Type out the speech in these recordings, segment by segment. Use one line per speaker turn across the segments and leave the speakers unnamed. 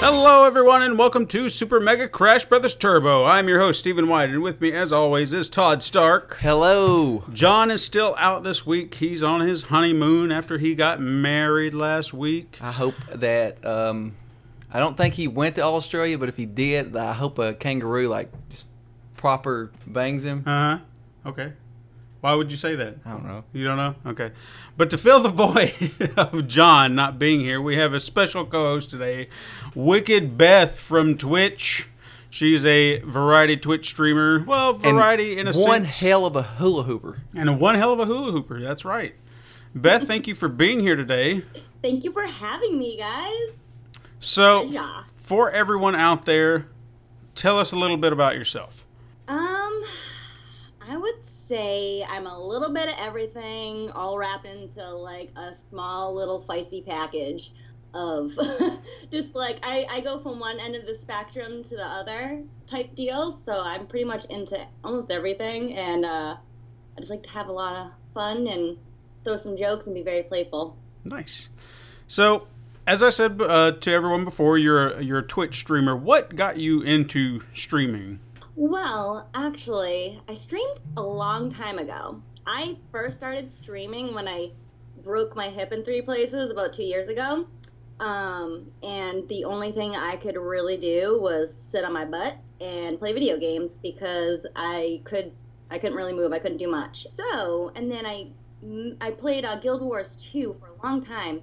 Hello, everyone, and welcome to Super Mega Crash Brothers Turbo. I'm your host, Stephen White, and with me, as always, is Todd Stark.
Hello.
John is still out this week. He's on his honeymoon after he got married last week.
I hope that um, I don't think he went to Australia, but if he did, I hope a kangaroo like just proper bangs him.
Uh huh. Okay. Why would you say that?
I don't know.
You don't know? Okay. But to fill the void of John not being here, we have a special co host today, Wicked Beth from Twitch. She's a variety Twitch streamer. Well,
And
variety in a
one
sense.
hell of a hula hooper.
And one hell of a hula hooper. That's right. Beth, thank you for being here today.
Thank you for having me, guys.
So,
Yeah.
for everyone out there, tell us a little bit about yourself.
Um, I would say I'm a little bit of everything, all wrapped into like a small little feisty package of just like I, I go from one end of the spectrum to the other type deal. So I'm pretty much into almost everything, and uh, I just like to have a lot of fun and throw some jokes and be very playful.
Nice. So, as I said uh, to everyone before, you're a, you're a Twitch streamer. What got you into streaming?
Well, actually, I streamed a long time ago. I first started streaming when I broke my hip in three places about two years ago. Um, and the only thing I could really do was sit on my butt and play video games because I could I couldn't really move. I couldn't do much. So, and then I I played uh, Guild Wars 2 for a long time.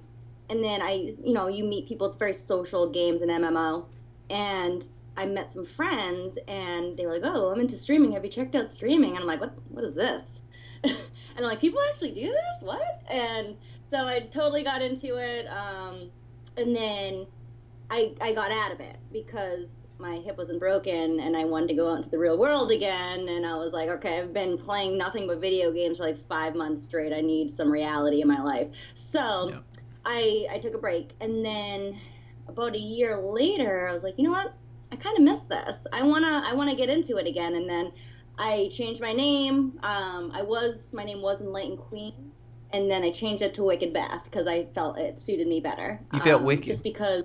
And then I, you know, you meet people. It's very social games and MMO. And I met some friends, and they were like, "Oh, I'm into streaming. Have you checked out streaming?" And I'm like, "What? What is this?" and I'm like, "People actually do this? What?" And so I totally got into it. Um, and then I I got out of it because my hip wasn't broken, and I wanted to go out into the real world again. And I was like, "Okay, I've been playing nothing but video games for like five months straight. I need some reality in my life." So
Yeah.
I I took a break, and then about a year later, I was like, "You know what?" I kind of miss this. I wanna I wanna get into it again. And then I changed my name. Um, I was my name was Enlightened Queen, and then I changed it to Wicked Beth because I felt it suited me better.
You felt
Um,
wicked.
just because.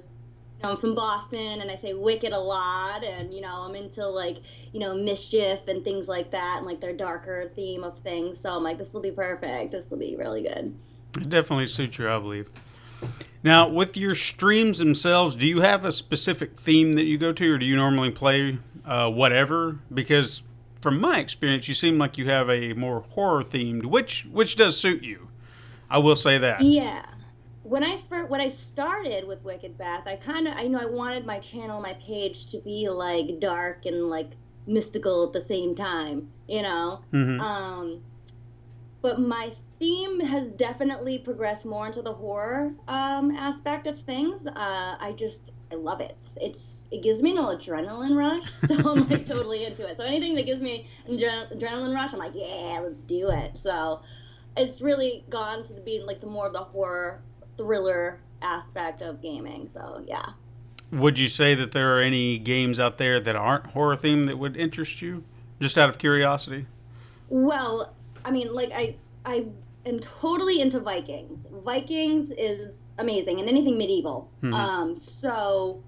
you know, I'm from Boston, and I say wicked a lot, and you know I'm into like you know mischief and things like that, and like their darker theme of things. So I'm like, this will be perfect. This will be really good.
It definitely suits you, I believe. Now, with your streams themselves, do you have a specific theme that you go to, or do you normally play uh, whatever? Because from my experience, you seem like you have a more horror themed, which which does suit you. I will say that.
Yeah. When I first, when I started with Wicked Bath, I kind of I you know I wanted my channel, my page to be like dark and like mystical at the same time, you know.
Mhm.
Um, but my theme has definitely progressed more into the horror um, aspect of things. Uh, I just I love it. It's it gives me an adrenaline rush, so I'm like totally into it. So anything that gives me an adre- adrenaline rush, I'm like, yeah, let's do it. So it's really gone to being like the more of the horror thriller aspect of gaming. So yeah.
Would you say that there are any games out there that aren't horror themed that would interest you? Just out of curiosity.
Well, I mean, like I I am totally into Vikings. Vikings is amazing and anything medieval.
Hmm.
Um, so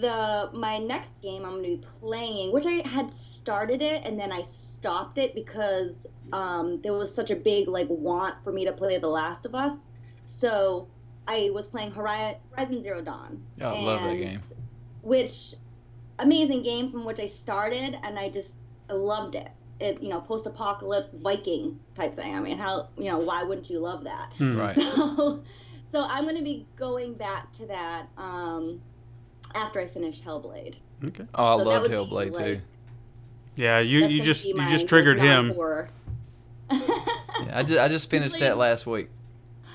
the my next game I'm gonna be playing, which I had started it and then I stopped it because um, there was such a big like want for me to play The Last of Us. So I was playing Hori- Horizon Zero Dawn.
Oh, I love that
and-
game.
Which amazing game from which I started, and I just I loved it. It you know post apocalypse Viking type thing. I mean, how you know why wouldn't you love that?
Hmm.
Right.
So, so I'm gonna be going back to that um, after I finish Hellblade.
Okay.
Oh, I
So that
loved
would be
Hellblade
like-
too.
Yeah, you,
That's
you
gonna
just
be
you
my
just triggered
non-
him.
horror.
Yeah, I just I just finished that last week.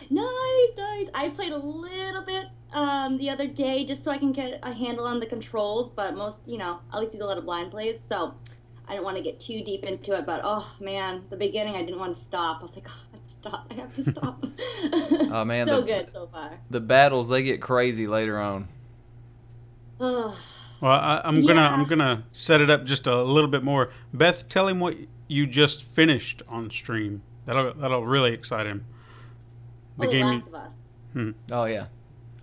Nice, nice. I played a little bit um, the other day just so I can get a handle on the controls, but most, you know, I like to do a lot of blind plays, so I didn't want to get too deep into it. But oh man, the beginning, I didn't want to stop. I was like, oh, stop! I have to stop.
Oh, man,
so
the-
good so far.
The battles they get crazy later on.
Oh,
Well, I, I'm gonna
Yeah.
I'm gonna set it up just a little bit more. Beth, tell him what you just finished on stream. That'll that'll really excite him. The
oh,
game.
Last of Us.
Oh yeah,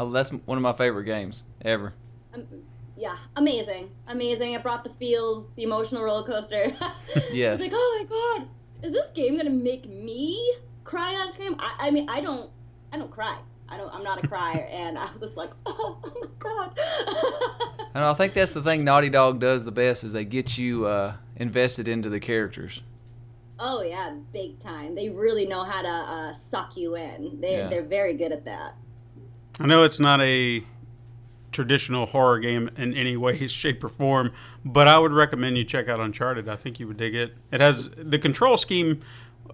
oh, that's one of my favorite games ever.
Um, yeah, amazing, amazing. It brought the feels, the emotional roller coaster.
Yes.
It's like, oh my god, is this game gonna make me cry on screen? I, I mean, I don't, I don't cry. I don't. I'm not a crier, and I was like, oh, my god.
And I think that's the thing Naughty Dog does the best is they get you uh, invested into the characters.
oh yeah, big time. They really know how to uh, suck you in. They
Yeah.
they're very good at that.
I know it's not a traditional horror game in any way, shape, or form, but I would recommend you check out Uncharted. I think you would dig it. It has the control scheme.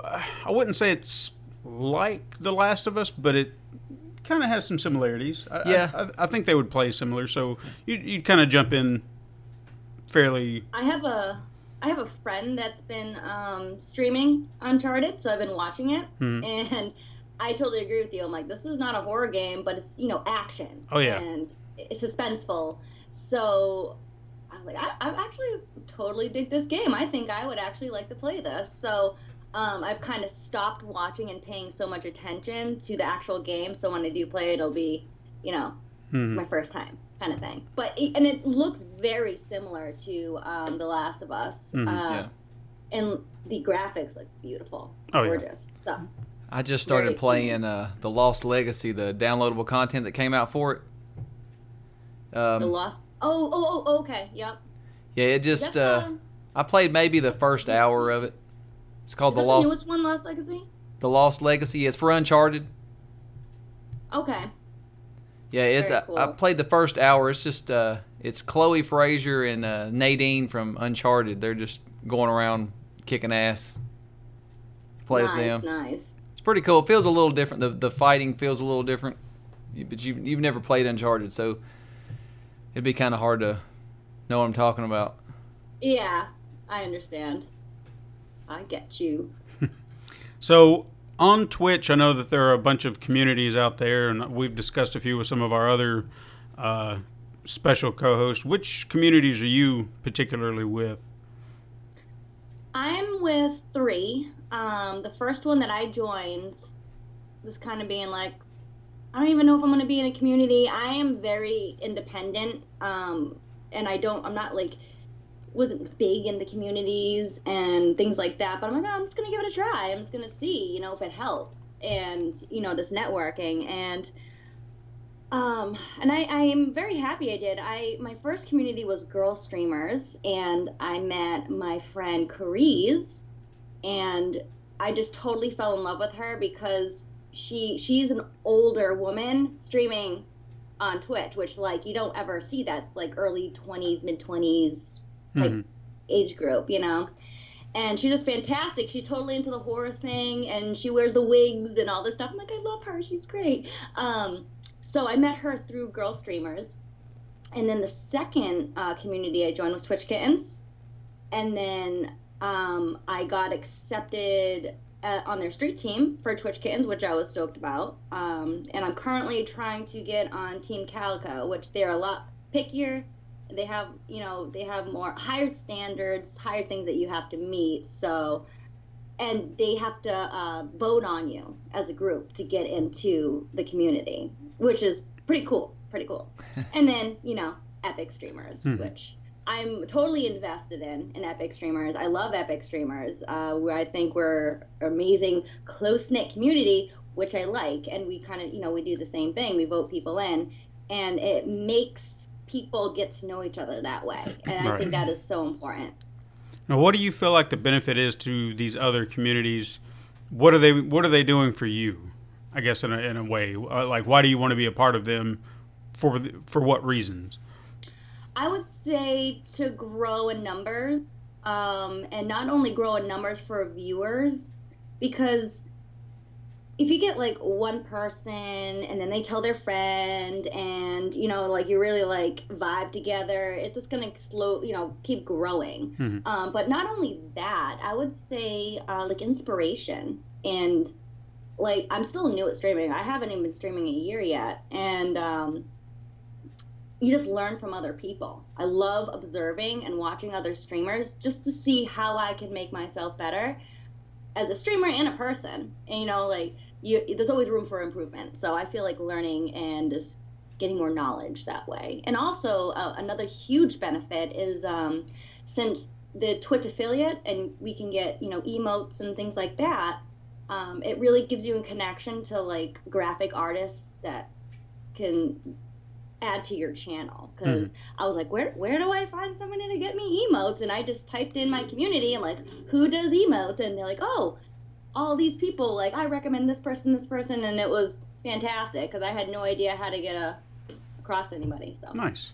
Uh, I wouldn't say it's like The Last of Us, but it kind of has some similarities. I, I-
Yeah.
I, I think they would play similar, so you, you'd kind of jump in fairly.
I have a I have a friend that's been um, streaming Uncharted, so I've been watching it,
Hmm.
and I totally agree with you. I'm like, this is not a horror game, but it's you know action.
Oh, yeah.
and it's suspenseful. So I'm like, I, I actually totally dig this game. I think I would actually like to play this. So. Um, I've kind of stopped watching and paying so much attention to the actual game, so when I do play, it'll be, you know,
Hmm.
my first time kind of thing but it, and it looks very similar to um, the last of us
Mhm,
uh,
yeah.
and the graphics look beautiful
Oh, yeah.
gorgeous so
I just
Very
started
cool.
playing uh, the Lost Legacy, the downloadable content that came out for it.
the
Um,
lost oh oh oh okay yep
yeah, it
That's
just uh,
um,
I played maybe the first hour of it. It's called
is
the
that
Lost
newest one lost legacy
the Lost Legacy. It's for Uncharted.
okay
Yeah, it's
Very
I- I,
cool.
played the first hour. It's just uh, it's Chloe Frazier and uh, Nadine from Uncharted. They're just going around kicking ass. Play
nice,
with them.
nice
It's pretty cool. It feels a little different. The the fighting feels a little different, You- but you you've never played Uncharted, so it'd be kind of hard to know what I'm talking about.
yeah i understand i get you
So on Twitch, I know that there are a bunch of communities out there, and we've discussed a few with some of our other uh, special co-hosts. Which communities are you particularly with?
I'm with three. Um, the first one that I joined was kind of being like, I don't even know if I'm going to be in a community. I am very independent, um, and I don't. I'm not like wasn't big in the communities and things like that. But I'm like, "Oh, I'm just going to give it a try. I'm just going to see, you know, if it helps, and you know, just networking and. Um, and I, I am very happy I did. I my first community was girl streamers, and I met my friend Carize, and I just totally fell in love with her because she she's an older woman streaming on Twitch, which like you don't ever see that's like early twenties, mid twenties type
Mhm.
age group, you know. And she's just fantastic. She's totally into the horror thing, and she wears the wigs and all this stuff. I'm like, I love her. She's great. Um, so I met her through Girl Streamers. And then the second uh, community I joined was Twitch Kittens. And then um, I got accepted uh, on their street team for Twitch Kittens, which I was stoked about. Um, and I'm currently trying to get on Team Calico, which they're a lot pickier. They have, you know, they have more higher standards, higher things that you have to meet. So, and they have to uh, vote on you as a group to get into the community, which is pretty cool. Pretty cool. and then, you know, epic streamers, which I'm totally invested in in epic streamers. I love epic streamers. Uh, where I think we're amazing, close knit community, which I like, and we kind of, you know, we do the same thing. We vote people in, and it makes people get to know each other that way, and I
Right.
think that is so important.
Now, what do you feel like the benefit is to these other communities? What are they What are they doing for you? I guess in a, in a way, Uh, like why do you want to be a part of them? For th- for what reasons?
I would say to grow in numbers um, and not only grow in numbers for viewers because if you get like one person and then they tell their friend and you know like you really like vibe together it's just gonna slow you know keep growing
Mhm.
um, but not only that i would say uh, like inspiration and like i'm still new at streaming i haven't even been streaming a year yet and um, you just learn from other people i love observing and watching other streamers just to see how i can make myself better as a streamer and a person and you know like you there's always room for improvement so i feel like learning and just getting more knowledge that way and also uh, another huge benefit is um, since the twitch affiliate and we can get you know emotes and things like that um, it really gives you a connection to like graphic artists that can add to your channel because I was like, where where do I find someone to get me emotes? And I just typed in my community and like, who does emotes? And they're like, oh, all these people like I recommend this person, this person, and it was fantastic because I had no idea how to get a across anybody. So
Nice.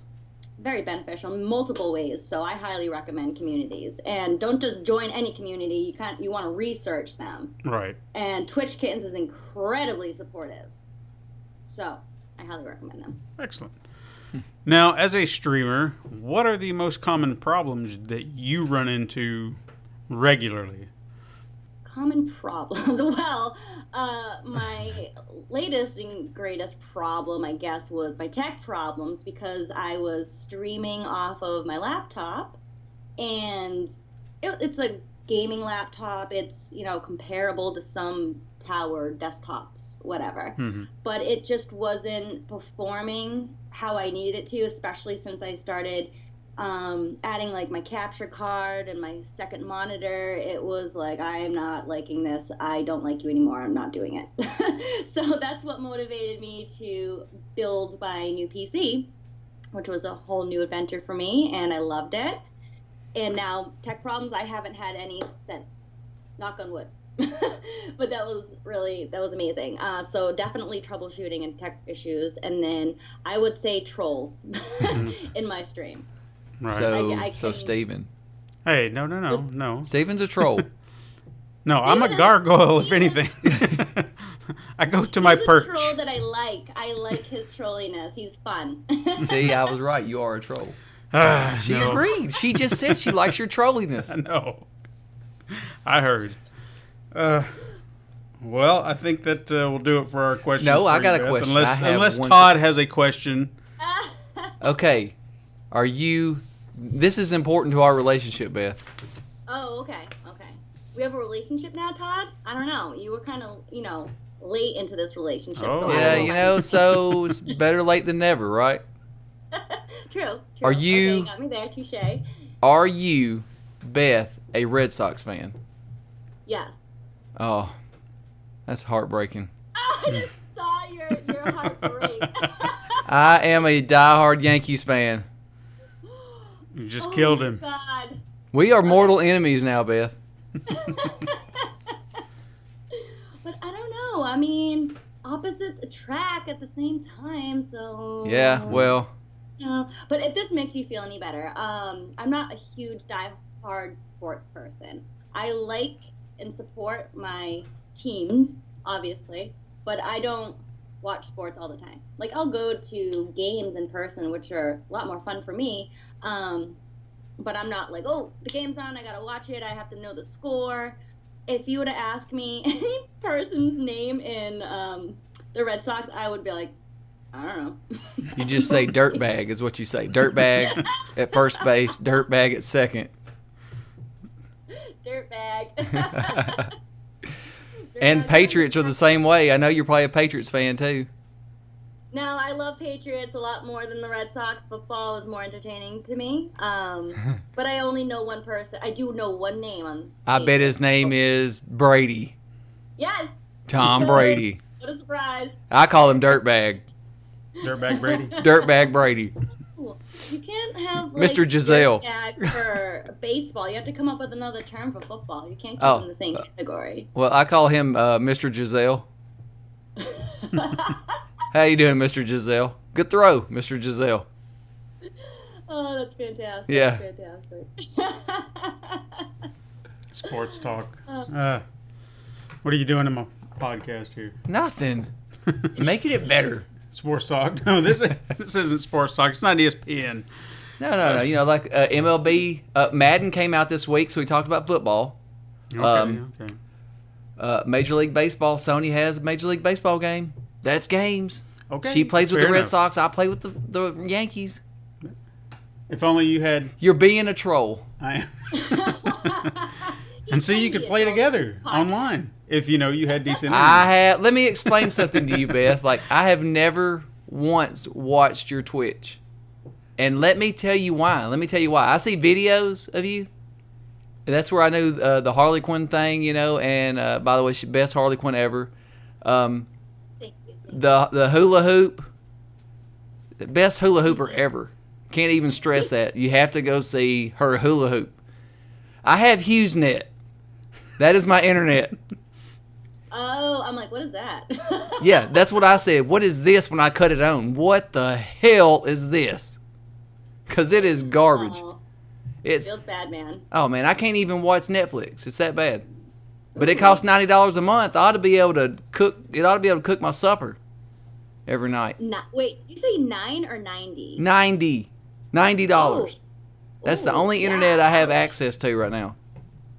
very beneficial in multiple ways. So I highly recommend communities and don't just join any community. You can't you want to research them
Right.
and Twitch Kittens is incredibly supportive. So I highly recommend them.
Excellent. now, as a streamer, what are the most common problems that you run into regularly?
Common problems. well, uh, my latest and greatest problem, I guess, was my tech problems because I was streaming off of my laptop, and it, it's a gaming laptop. It's you know comparable to some tower desktops, whatever.
Mhm.
but it just wasn't performing how I needed it to, especially since I started um, adding like my capture card and my second monitor. It was like, I am not liking this. I don't like you anymore. I'm not doing it. so that's what motivated me to build my new PC, which was a whole new adventure for me, and I loved it. And now, tech problems, I haven't had any since knock on wood. but that was really that was amazing. Uh, so definitely troubleshooting and tech issues, and then I would say trolls in my stream.
Right.
So,
I- I
so
can-
Steven.
hey, no, no, no, no.
Steven's a troll.
No, I'm a
Yeah.
gargoyle, if anything. I go to my
He's a
perch.
troll that I like. I like his trolliness. He's fun.
See, I was right. You are a troll.
Ah,
She
no.
agreed. She just said she likes your trolliness.
No. I heard. Uh, well, I think that uh, will do it for our questions.
No, I
for you,
got a
Beth.
question. I
Unless,
have
unless
one
Todd has a question.
Okay, are you? This is important to our relationship, Beth.
oh, okay, okay. We have a relationship now, Todd. I don't know. You were kind of you know late into this relationship.
Oh.
so I
Yeah,
don't
you know, so it's better late than never, right?
True, true.
Are
Okay,
you-
got me there, touche.
Are you, Beth, a Red Sox fan?
Yes.
Oh, that's heartbreaking.
Oh,
Hmm.
I just saw your your heart break.
I am a diehard Yankees fan.
You just
Oh
killed
my
him.
God.
We are mortal enemies now, Beth.
But I don't know. I mean, opposites attract at the same time, so.
Yeah, well,
you know. But if this makes you feel any better, um, I'm not a huge diehard sports person. I like and support my teams, obviously, but I don't watch sports all the time. Like I'll go to games in person, which are a lot more fun for me. Um, but I'm not like, oh, the game's on, I gotta watch it. I have to know the score. If you would have asked me any person's name in um, the Red Sox, I would be like, I don't know.
you just say dirtbag is what you say. Dirtbag at first base, dirtbag at second.
dirtbag.
And Patriots are the same way. I know you're probably a Patriots fan too.
No, I love Patriots a lot more than the Red Sox. Football is more entertaining to me. Um, but I only know one person. I do know one name on.
I bet
Patriots.
his name is Brady,
Yes.
Tom Brady.
What a surprise!
I call him dirtbag,
Dirtbag Brady.
dirtbag Brady.
Ooh, You can't have like,
Mr. Giselle.
dirtbag for baseball. You have to come up with another term for football. You can't keep
Oh.
them in the same category.
Well, I call him uh, Mr. Giselle. How you doing, Mr. Giselle? Good throw, Mr. Giselle.
Oh, that's fantastic.
Yeah.
That's fantastic.
Sports talk.
Oh.
Uh, what are you doing in my podcast here?
Nothing. Making it better.
Sports talk. No, this this isn't sports talk. It's not E ESPN.
No, no, no. You know, like uh, MLB, uh, Madden came out this week, so we talked about football.
Okay,
Um,
okay.
Uh, Major League Baseball, Sony has a Major League Baseball game. That's games.
Okay,
She plays with the
fair
Red
enough.
Sox. I play with the, the Yankees.
If only you had.
You're being a troll.
I, and see, you could play together online if you know you had decent.
I have. Let me explain something to you, Beth. Like I have never once watched your Twitch, and let me tell you why. Let me tell you why. I see videos of you. That's where I knew uh, the Harley Quinn thing, you know. And uh, by the way, she best Harley Quinn ever. Um,
Thank you.
the the hula hoop, the best hula hooper ever. Can't even stress that. You have to go see her hula hoop. I have HughesNet. That is my internet.
Oh, I'm like, what is that?
Yeah, that's what I said. What is this when I cut it on? What the hell is this? Cause it is garbage.
Oh,
It's
feels bad, man.
oh man, I can't even watch Netflix. It's that bad. But it costs ninety dollars a month. I ought to be able to cook. It ought to be able to cook my supper every night.
Ni- wait, did you say nine or ninety?
Ninety. Ninety
Oh.
dollars. That's the
Ooh,
only internet
yeah.
I have access to right now.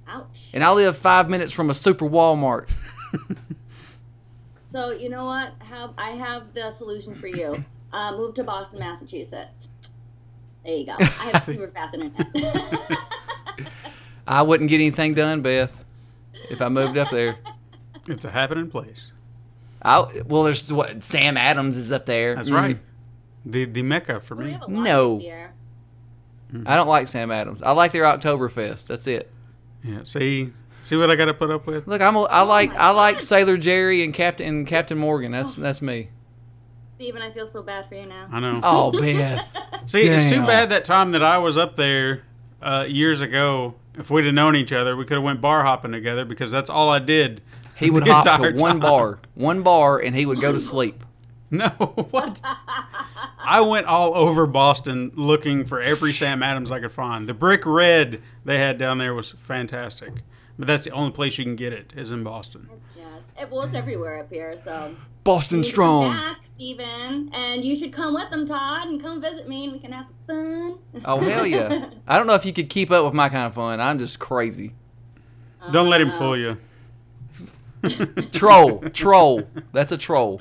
Oh, Ouch.
And I live five minutes from a super Walmart.
So you know what? Have I have the solution for you? Uh, move to Boston, Massachusetts. There you go. I have super fast internet.
I wouldn't get anything done, Beth, if I moved up there.
it's a happening place.
I, well, there's what Sam Adams is up there.
That's
Mm.
right. The the mecca for
We
me.
have a lot
No.
of beer.
Mm-hmm. I don't like Sam Adams. I like their Oktoberfest. That's it.
Yeah. See see what I got to put up with.
Look, I'm a, I like I like Sailor Jerry and Captain and Captain Morgan. That's that's me.
Steven, I feel so bad for you now.
I know.
Oh, Beth.
See, it's too
Damn.
bad that time that I was up there uh, years ago. If we'd have known each other, we could have went bar hopping together because that's all I did.
He would
the
hop to
entire
one
time.
bar, one bar, and he would go to sleep.
No, what? I went all over Boston looking for every Sam Adams I could find. The brick red they had down there was fantastic, but that's the only place you can get it is in Boston.
Yes. It, well, it's everywhere up here, so.
Boston
You should come
strong.
Back, Steven, and you should come with them, Todd, and come visit me, and we can have some fun.
Oh hell yeah! I don't know if you could keep up with my kind of fun. I'm just crazy.
Don't let him fool you.
Troll, troll. That's a troll.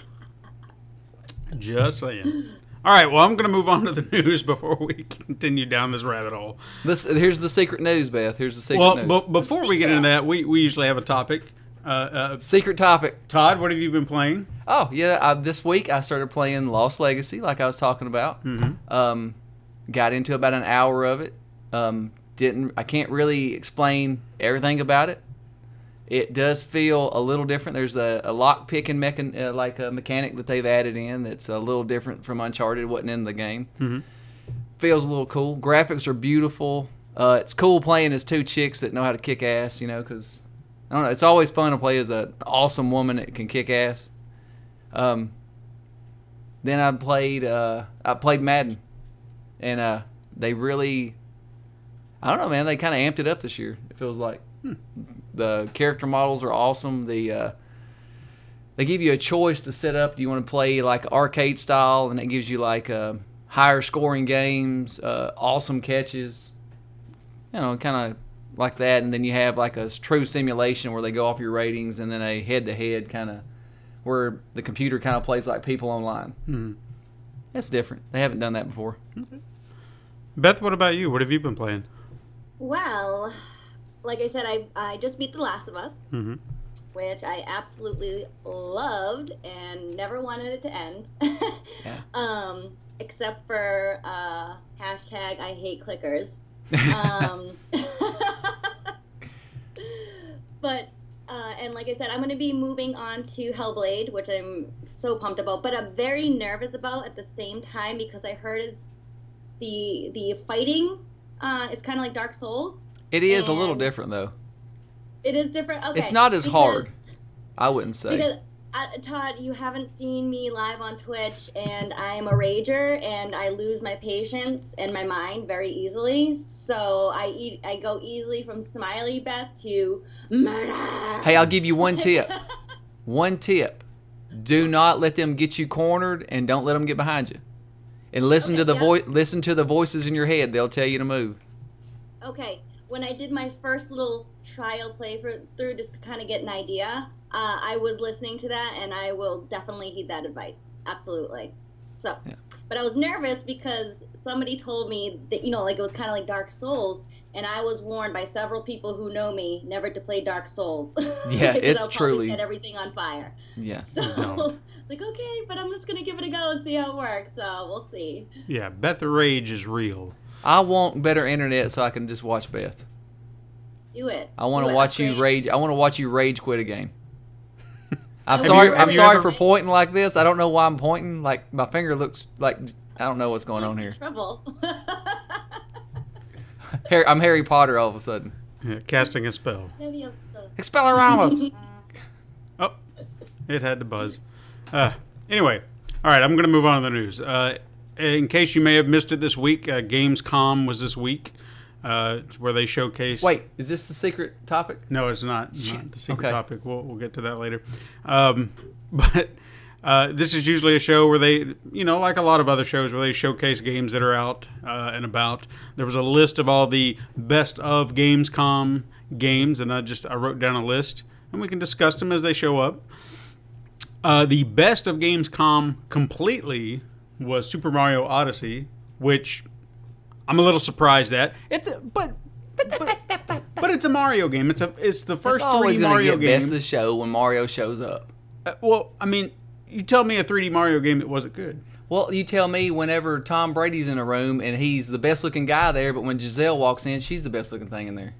Just saying. All right, well, I'm going to move on to the news before we continue down this rabbit hole.
This here's the secret news, Beth. Here's the secret
Well,
news.
but before we get into that, we, we usually have a topic. Uh, uh,
secret topic.
Todd, what have you been playing?
Oh yeah, I, this week I started playing Lost Legacy, like I was talking about. Mm-hmm. Um, got into about an hour of it. Um, didn't I can't really explain everything about it. It does feel a little different. There's a, a lock picking mechan- uh, like a mechanic that they've added in that's a little different from Uncharted. wasn't in the game. Mm-hmm. Feels a little cool. Graphics are beautiful. Uh, it's cool playing as two chicks that know how to kick ass. You know, because I don't know. It's always fun to play as an awesome woman that can kick ass. Um, then I played uh, I played Madden, and uh, they really, I don't know, man. They kind of amped it up this year. It feels like the character models are awesome. The uh, they give you a choice to set up. Do you want to play like arcade style, and it gives you like uh, higher scoring games, uh, awesome catches, you know, kind of like that. And then you have like a s- true simulation where they go off your ratings, and then a head to head kind of where the computer kind of plays like people online. Mm. That's different. They haven't done that before.
Beth, what about you? What have you been playing?
Well, like I said, I, I just beat The Last of Us, which I absolutely loved and never wanted it to end.
Yeah.
um, except for uh, hashtag I hate clickers. Um, but uh, and like I said, I'm going to be moving on to Hellblade, which I'm so pumped about, but I'm very nervous about at the same time because I heard it's the the fighting uh, is kind of like Dark Souls.
It is a little
And-
different though.
It is different. Okay.
It's not as
because-
hard. I wouldn't say.
Because I, Todd, you haven't seen me live on Twitch, and I'm a rager, and I lose my patience and my mind very easily. So I eat, I go easily from smiley Beth to murder.
Hey, I'll give you one tip. one tip. Do not let them get you cornered and don't let them get behind you. And listen
Okay,
to the
yeah.
voice listen to the voices in your head. They'll tell you to move.
Okay, when I did my first little trial play for, through, just to kind of get an idea, uh, I was listening to that, and I will definitely heed that advice. Absolutely. So,
Yeah.
but I was nervous because somebody told me that you know, like it was kind of like Dark Souls, and I was warned by several people who know me never to play Dark Souls.
Yeah,
Because
it's
I'll probably
truly-
set everything on fire.
Yeah.
So, like, okay, but I'm just gonna give it a go and see how it works. So we'll see.
Yeah, Beth the Rage is real.
I want better internet so I can just watch Beth.
Do it.
I want
Do
to
it.
watch you
Upgrade.
rage. I want to watch you rage quit a game. I'm
Have
sorry.
you- have
I'm
you
sorry
ever-
for pointing like this. I don't know why I'm pointing. Like my finger looks like I don't know what's going on here.
Trouble.
Harry, I'm Harry Potter all of a sudden.
Yeah, casting a spell.
Maybe I'll still-
Expelliarmus.
Oh, it had to buzz. Uh, anyway, all right, I'm going to move on to the news. Uh, in case you may have missed it this week, uh, Gamescom was this week. Uh, it's where they showcase.
Wait, is this the secret topic?
No, it's not. not the secret
Okay.
topic. We'll, we'll get to that later. Um, but uh, this is usually a show where they, you know, like a lot of other shows, where they showcase games that are out uh, and about. There was a list of all the best of Gamescom games, and I just I wrote down a list, and we can discuss them as they show up. Uh, the best of Gamescom completely was Super Mario Odyssey, which I'm a little surprised at. It's a, but, but but it's a Mario game. It's a it's the
It's
first
always
3D
gonna
Mario
get
game.
best of show when Mario shows up.
Uh, well, I mean, you tell me a 3D Mario game that wasn't good.
Well, you tell me whenever Tom Brady's in a room and he's the best looking guy there, but when Giselle walks in, she's the best looking thing in there.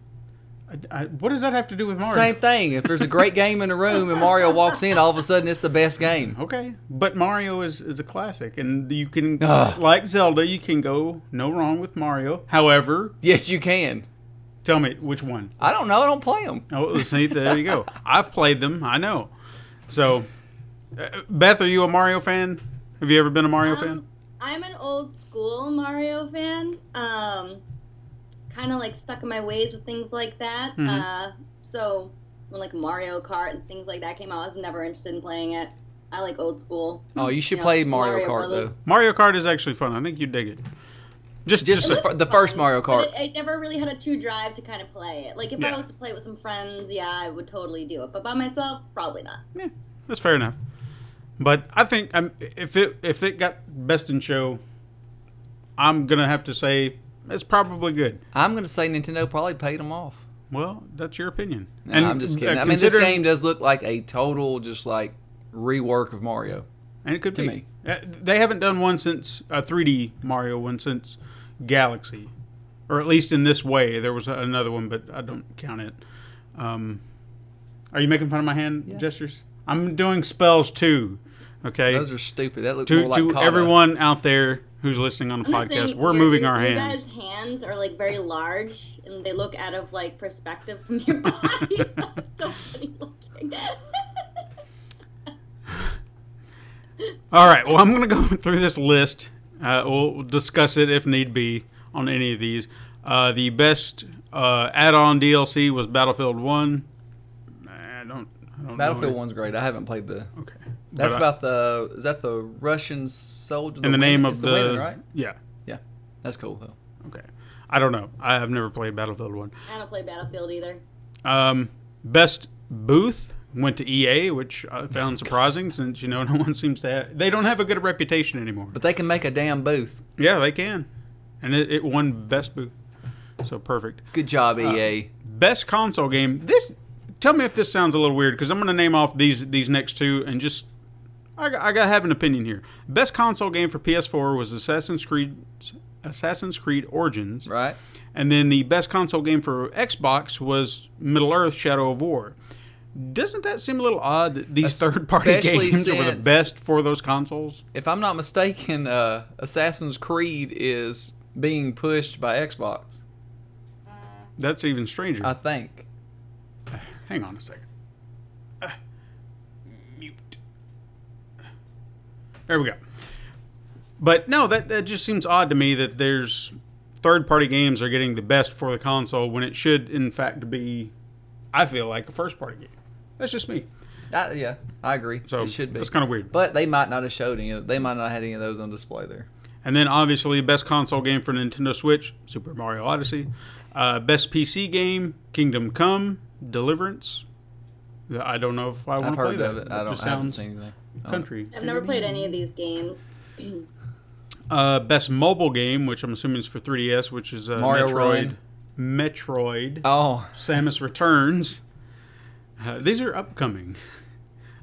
I, I, what does that have to do with Mario?
Same thing. If there's a great game in a room and Mario walks in, all of a sudden it's the best game.
Okay, but Mario is, is a classic, and you can
Ugh.
like Zelda, you can go no wrong with Mario. However,
Yes, you can.
tell me which one.
I don't know. I don't play them.
Oh, see, there you go. I've played them. I know. So, uh, Beth, are you a Mario fan? Have you ever been a Mario fan?
Um, I'm an old school Mario fan. Um, kind of like stuck in my ways with things like that.
Mm-hmm.
Uh, so when like Mario Kart and things like that came out, I was never interested in playing it. I like old school.
Oh, you should
Yeah,
play Mario,
Mario
Kart
Brothers.
though.
Mario Kart is actually fun. I think you dig it. Just, just,
Just the, fir- the first Mario
Uh,
Kart.
But it, I never really had a true drive to kind of play it. Like if
Yeah.
I was to play it with some friends, yeah, I would totally do it. But by myself, probably not.
yeah, that's fair enough. But I think um, if it if it got best in show, I'm gonna have to say it's probably good.
I'm gonna say Nintendo probably paid them off.
Well, that's your opinion.
No, I'm just kidding.
uh,
I mean, this
considering-
game does look like a total just like rework of Mario.
and it could
to
be.
me.
Uh, they haven't done one since a 3D Mario one since Galaxy, or at least in this way. There was another one, but I don't count it. Um, are you making fun of my hand gestures? I'm doing spells too. Okay.
Those are stupid. That looks
to
more like
to
Kata.
everyone out there who's listening on the
I'm not
podcast,
saying-
we're
yeah,
moving
you-
our
you
hands.
guys' hands are like very large, and they look out of like perspective from your body. so funny looking.
All right. Well, I'm going to go through this list. Uh, we'll discuss it if need be on any of these. Uh, the best uh, add-on DLC was Battlefield One. I don't. I don't
Battlefield
know.
One's great. I haven't played the.
Okay. But
That's
I-
about the. Is that the Russian soldier?
in the name
women-
of
it's
the,
women, right?
Yeah.
Yeah, that's cool though.
Okay. I don't know. I have never played Battlefield One.
I don't play Battlefield either.
Um, best booth went to EA, which I found surprising since you know no one seems to. have... They don't have a good reputation anymore.
But they can make a damn booth.
Yeah, they can, and it, it won best booth. So perfect.
Good job, E EA.
Best console game. This. Tell me if this sounds a little weird because I'm going to name off these these next two and just. I, got- I gotta have an opinion here. Best console game for PS4 was Assassin's Creed, Assassin's Creed Origins,
Right?
and then the best console game for Xbox was Middle Earth: Shadow of War. Doesn't that seem a little odd that these third-party
Especially
games were the
since-
best for those consoles?
If I'm not mistaken, uh, Assassin's Creed is being pushed by Xbox.
That's even stranger.
I think.
Hang on a second. Uh, mute. There we go. But no, that, that just seems odd to me that there's third party games are getting the best for the console when it should, in fact, be, I feel like, a first party game. That's just me.
I, yeah, I agree.
So
it should be.
It's kind of weird.
But they might not have showed any. They might not have had any of those on display there.
And then obviously, best console game for Nintendo Switch, Super Mario Odyssey. Uh, best PC game, Kingdom Come, Deliverance. Yeah, I don't know if I want
I've
to play
heard
that.
of it.
That
I don't.
just
I haven't
sounds
seen anything. I don't know.
Country.
I've never played any of these games.
Uh, best mobile game, which I'm assuming is for 3DS, which is uh,
Mario
Metroid.
Run.
Metroid.
Oh,
Samus Returns. Uh, these are upcoming.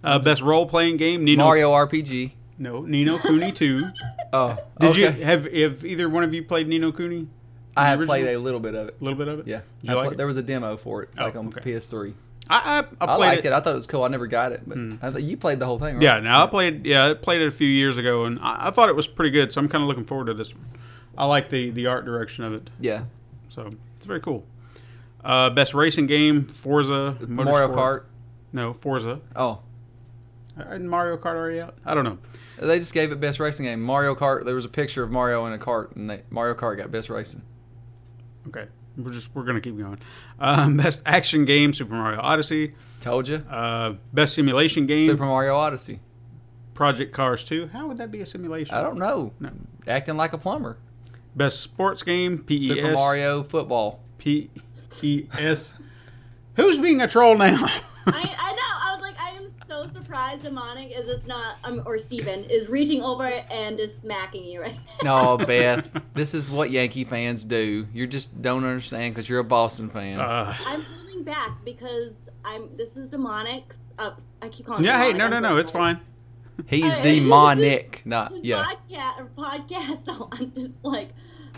Uh, best role playing game, Nino.
Mario RPG.
No, Nino Cooney 2.
Oh,
Did
okay.
you have have either one of you played Nino Cooney?
I have
original?
played a little bit of it.
A little bit of it.
Yeah,
Did you
I
like
pla-
it? Oh,
there was a demo for it, like on
okay.
PS3.
I, I, I played Mm.
I liked it. I thought it was cool. I never got it, but I th- you played the whole thing, right?
Yeah, now I played. Yeah, I played it a few years ago, and I, I thought it was pretty good. So I'm kind of looking forward to this one. I like the the art direction of it,
yeah.
so it's very cool. Uh, best racing game: Forza,
Mario
Motorsport.
Kart.
No, Forza. Uh,
Oh,
Isn't Mario Kart already out? I don't know.
they just gave it best racing game. Mario Kart. There was a picture of Mario in a cart, and they, Mario Kart got best racing.
Okay, we're just we're gonna keep going. Um, best action game: Super Mario Odyssey.
Told you.
Uh, best simulation game:
Super Mario Odyssey.
Project Cars 2. How would that be a simulation?
I don't know.
No.
Acting like a plumber.
Best sports game: E PES.
Super Mario football.
PES. E Who's being a troll now?
I, I know. I was like, I am so surprised Demonic is just not, um, or Steven, is reaching over and just smacking you right now.
No, Beth, this is what Yankee fans do. You just don't understand because you're a Boston fan.
Uh,
I'm holding back because I'm. This is Demonic. Uh, I keep calling.
yeah, hey,
Demonic,
no,
I'm
no,
so
no, it's
sorry.
fine.
He's
I-
demonic, not
His
yeah.
podcast, or podcast. So I'm just like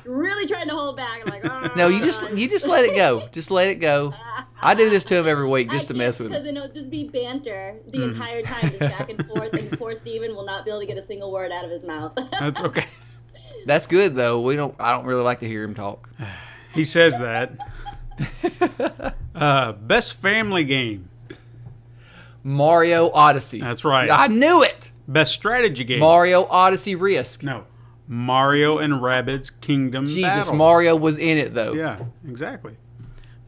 really trying to hold back. I'm like, "Ah."
No, you just you just let it go. Just let it go. I do this to him every week just to mess with
Because
him.
then it'll just be banter
Hmm.
the entire time, just back and forth, and poor Steven will not be able to get a single word out of his mouth.
That's okay.
That's good though. We don't. I don't really like to hear him talk.
He says that. Uh, best family game.
Mario Odyssey.
That's right.
I knew it.
Best strategy game.
Mario Odyssey Risk.
no, Mario and Rabbids Kingdom
Jesus,
Battle.
Mario was in it though.
Yeah, exactly.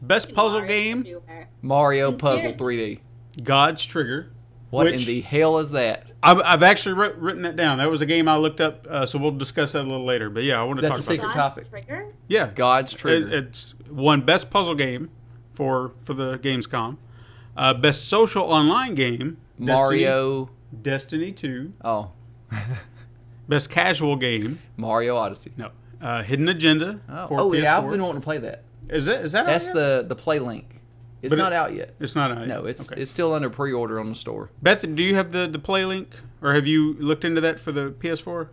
Best puzzle
Mario
game.
everywhere.
Mario Puzzle 3D.
God's Trigger.
What
Which-
in the hell is that?
I've, I've actually writ- written that down. That was a game I looked up, uh, so we'll discuss that a little later. But yeah, I want to talk
That's a
about
secret
God's
topic.
Trigger.
it. Yeah,
God's
It,
trigger.
it's one best puzzle game for for the Gamescom, uh, best social online game,
Mario.
Destiny, Destiny Two,
Oh,
best casual game,
Mario Odyssey.
no, uh, Hidden Agenda.
Oh,
for
oh, yeah, I've
PS4.
been wanting to play that. Oh,
Is that is that
That's
out yet?
the the play link. It's
But it-
not out yet.
It's not out.
No,
yet.
it's
Okay.
it's still under pre order on the store.
Beth, do you have the the Play Link, or have you looked into that for the PS4?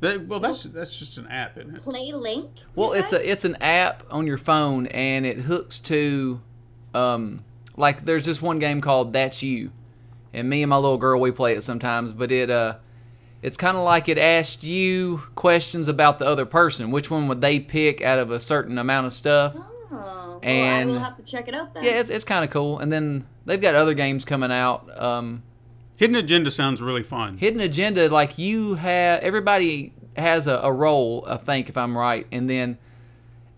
That, well, that's that's just an app, isn't it?
Play Link.
Well, it's a it's an app on your phone and it hooks to, um, like there's this one game called That's You, and me and my little girl we play it sometimes. But it uh, it's kind of like it asked you questions about the other person. Which one would they pick out of a certain amount of stuff?
Oh,
And-
well, I will have to check it out then.
Yeah, it's it's kind of cool. And then they've got other games coming out. Um,
Hidden Agenda sounds really fun.
hidden agenda like you have everybody has a, a role i think if i'm right and then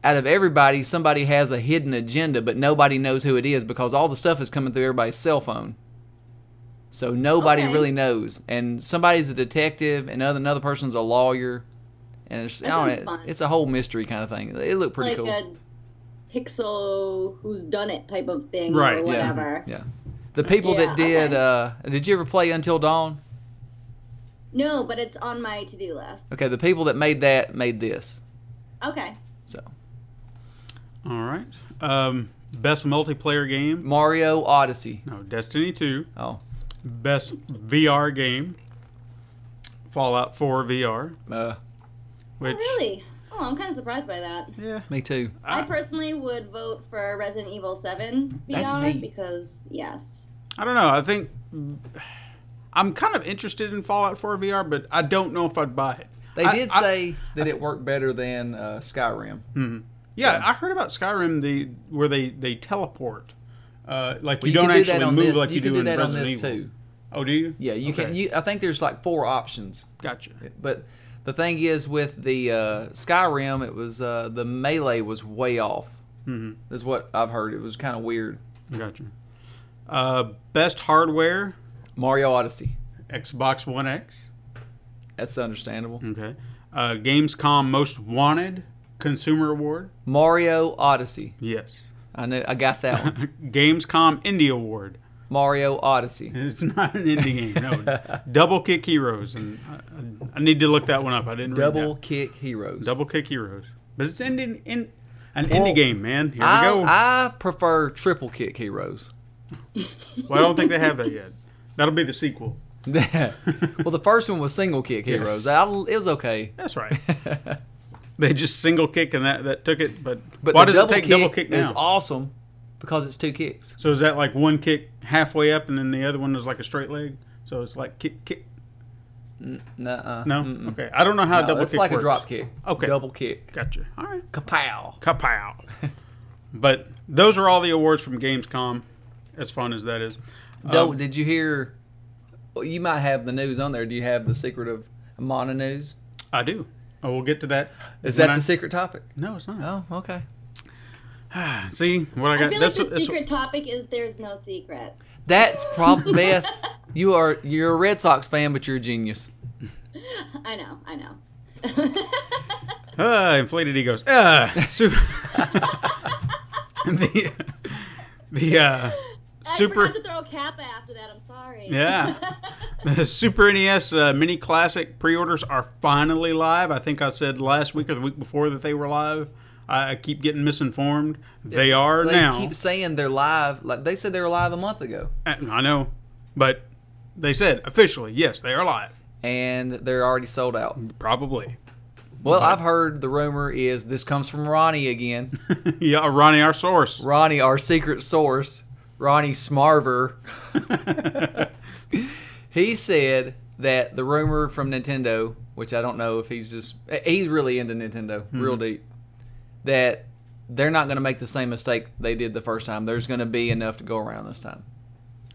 out of everybody somebody has a hidden agenda but nobody knows who it is because all the stuff is coming through everybody's cell phone so nobody
Okay.
really knows and somebody's a detective and other, another person's a lawyer and it's, I
That
don't know,
sounds
it's-
fun.
it's a whole mystery kind of thing it looked pretty
like
cool
a pixel who's done it type of thing
Right, yeah.
or whatever.
yeah the people
Yeah,
that did
okay.
uh did you ever play until dawn
No, but it's on my to do list.
okay the people that made that made this
Okay.
so
All right. Um, best multiplayer game.
mario odyssey
No, Destiny Two.
oh
Best VR game. Fallout 4 VR,
Uh,
which
Really? Oh, I'm kind of surprised by that.
yeah,
me too.
I
Ah.
personally would vote for Resident Evil 7 VR
That's me.
because yes.
I don't know. I think I'm kind of interested in Fallout 4 VR, but I don't know if I'd buy it.
They
I-
did
I- Hmm.
say that it worked better than uh, Skyrim,
yeah, I heard about Skyrim the where they they teleport. Uh, like
Well,
you, don't
can do
actually
that on
move
this.
like you,
can
do, in
that
Resident
on this
Evil.
too.
Oh, do you?
Yeah, you can.
Okay.
You, I think there's like four options.
Gotcha.
But the thing is, with the uh, Skyrim, it was uh, the melee was way off. Mm-hmm. Is what I've heard. It was kind of weird.
Gotcha. Uh, best hardware:
Mario Odyssey.
Xbox One X.
That's understandable.
Okay. Uh, Gamescom Most Wanted Consumer Award.
Mario Odyssey.
Yes.
I know. I got that one.
Gamescom Indie Award.
Mario Odyssey.
It's not an indie game. No. Double Kick Heroes, and I, I need to look that one up. I didn't read
Double
that.
Kick Heroes.
Double Kick Heroes, but it's ending in an indie game, man. Here we
I,
go.
I prefer Triple Kick Heroes.
well, I don't think they have that yet. That'll be the sequel.
well, the first one was Single Kick Heroes.
Yes.
I, it was okay.
That's right. they just single kick and that, that took it. But,
But
why
the
does it
double
take
kick
double kick
is
now?
awesome because it's two kicks.
so is that like one kick halfway up and then the other one is like a straight leg? So it's like kick kick.
Nuh-uh.
No, okay. I don't know how
No,
double
uh, it's
kick
like
works.
a drop kick.
Okay.
Double kick.
Gotcha. All right.
Kapow.
Kapow. but those are all the awards from Gamescom. As fun as that is.
Though, did you hear? Well, you might have the news on there. Do you have the secret of Mana news?
I do. Oh, we'll get to that.
Is
when
that
I-
the secret topic?
No, it's not.
Oh, okay.
See what I
I
got?
feel like
that's
the
that's-
secret topic is there's no secret.
That's probably Beth. You are you're a Red Sox fan, but you're a genius.
I know, I know.
Ah, inflated egos. Ah, su- the the uh,
I
super
forgot to throw Kappa after that. I'm sorry.
yeah the Super NES uh, Mini Classic pre-orders are finally live. I think I said last week or the week before that they were live. I, I keep getting misinformed. They are
They
now.
keep saying they're live. Like they said they were live a month ago,
Uh, I know, but they said officially yes, they are live.
and they're already sold out.
Probably.
Well, I've heard the rumor is this comes from Ronnie again.
yeah, Ronnie, our source.
Ronnie, our secret source, Ronnie Smarver. he said that the rumor from Nintendo, which I don't know if he's just he's really into Nintendo,
Hmm.
real deep, that they're not going to make the same mistake they did the first time. There's going to be enough to go around this time.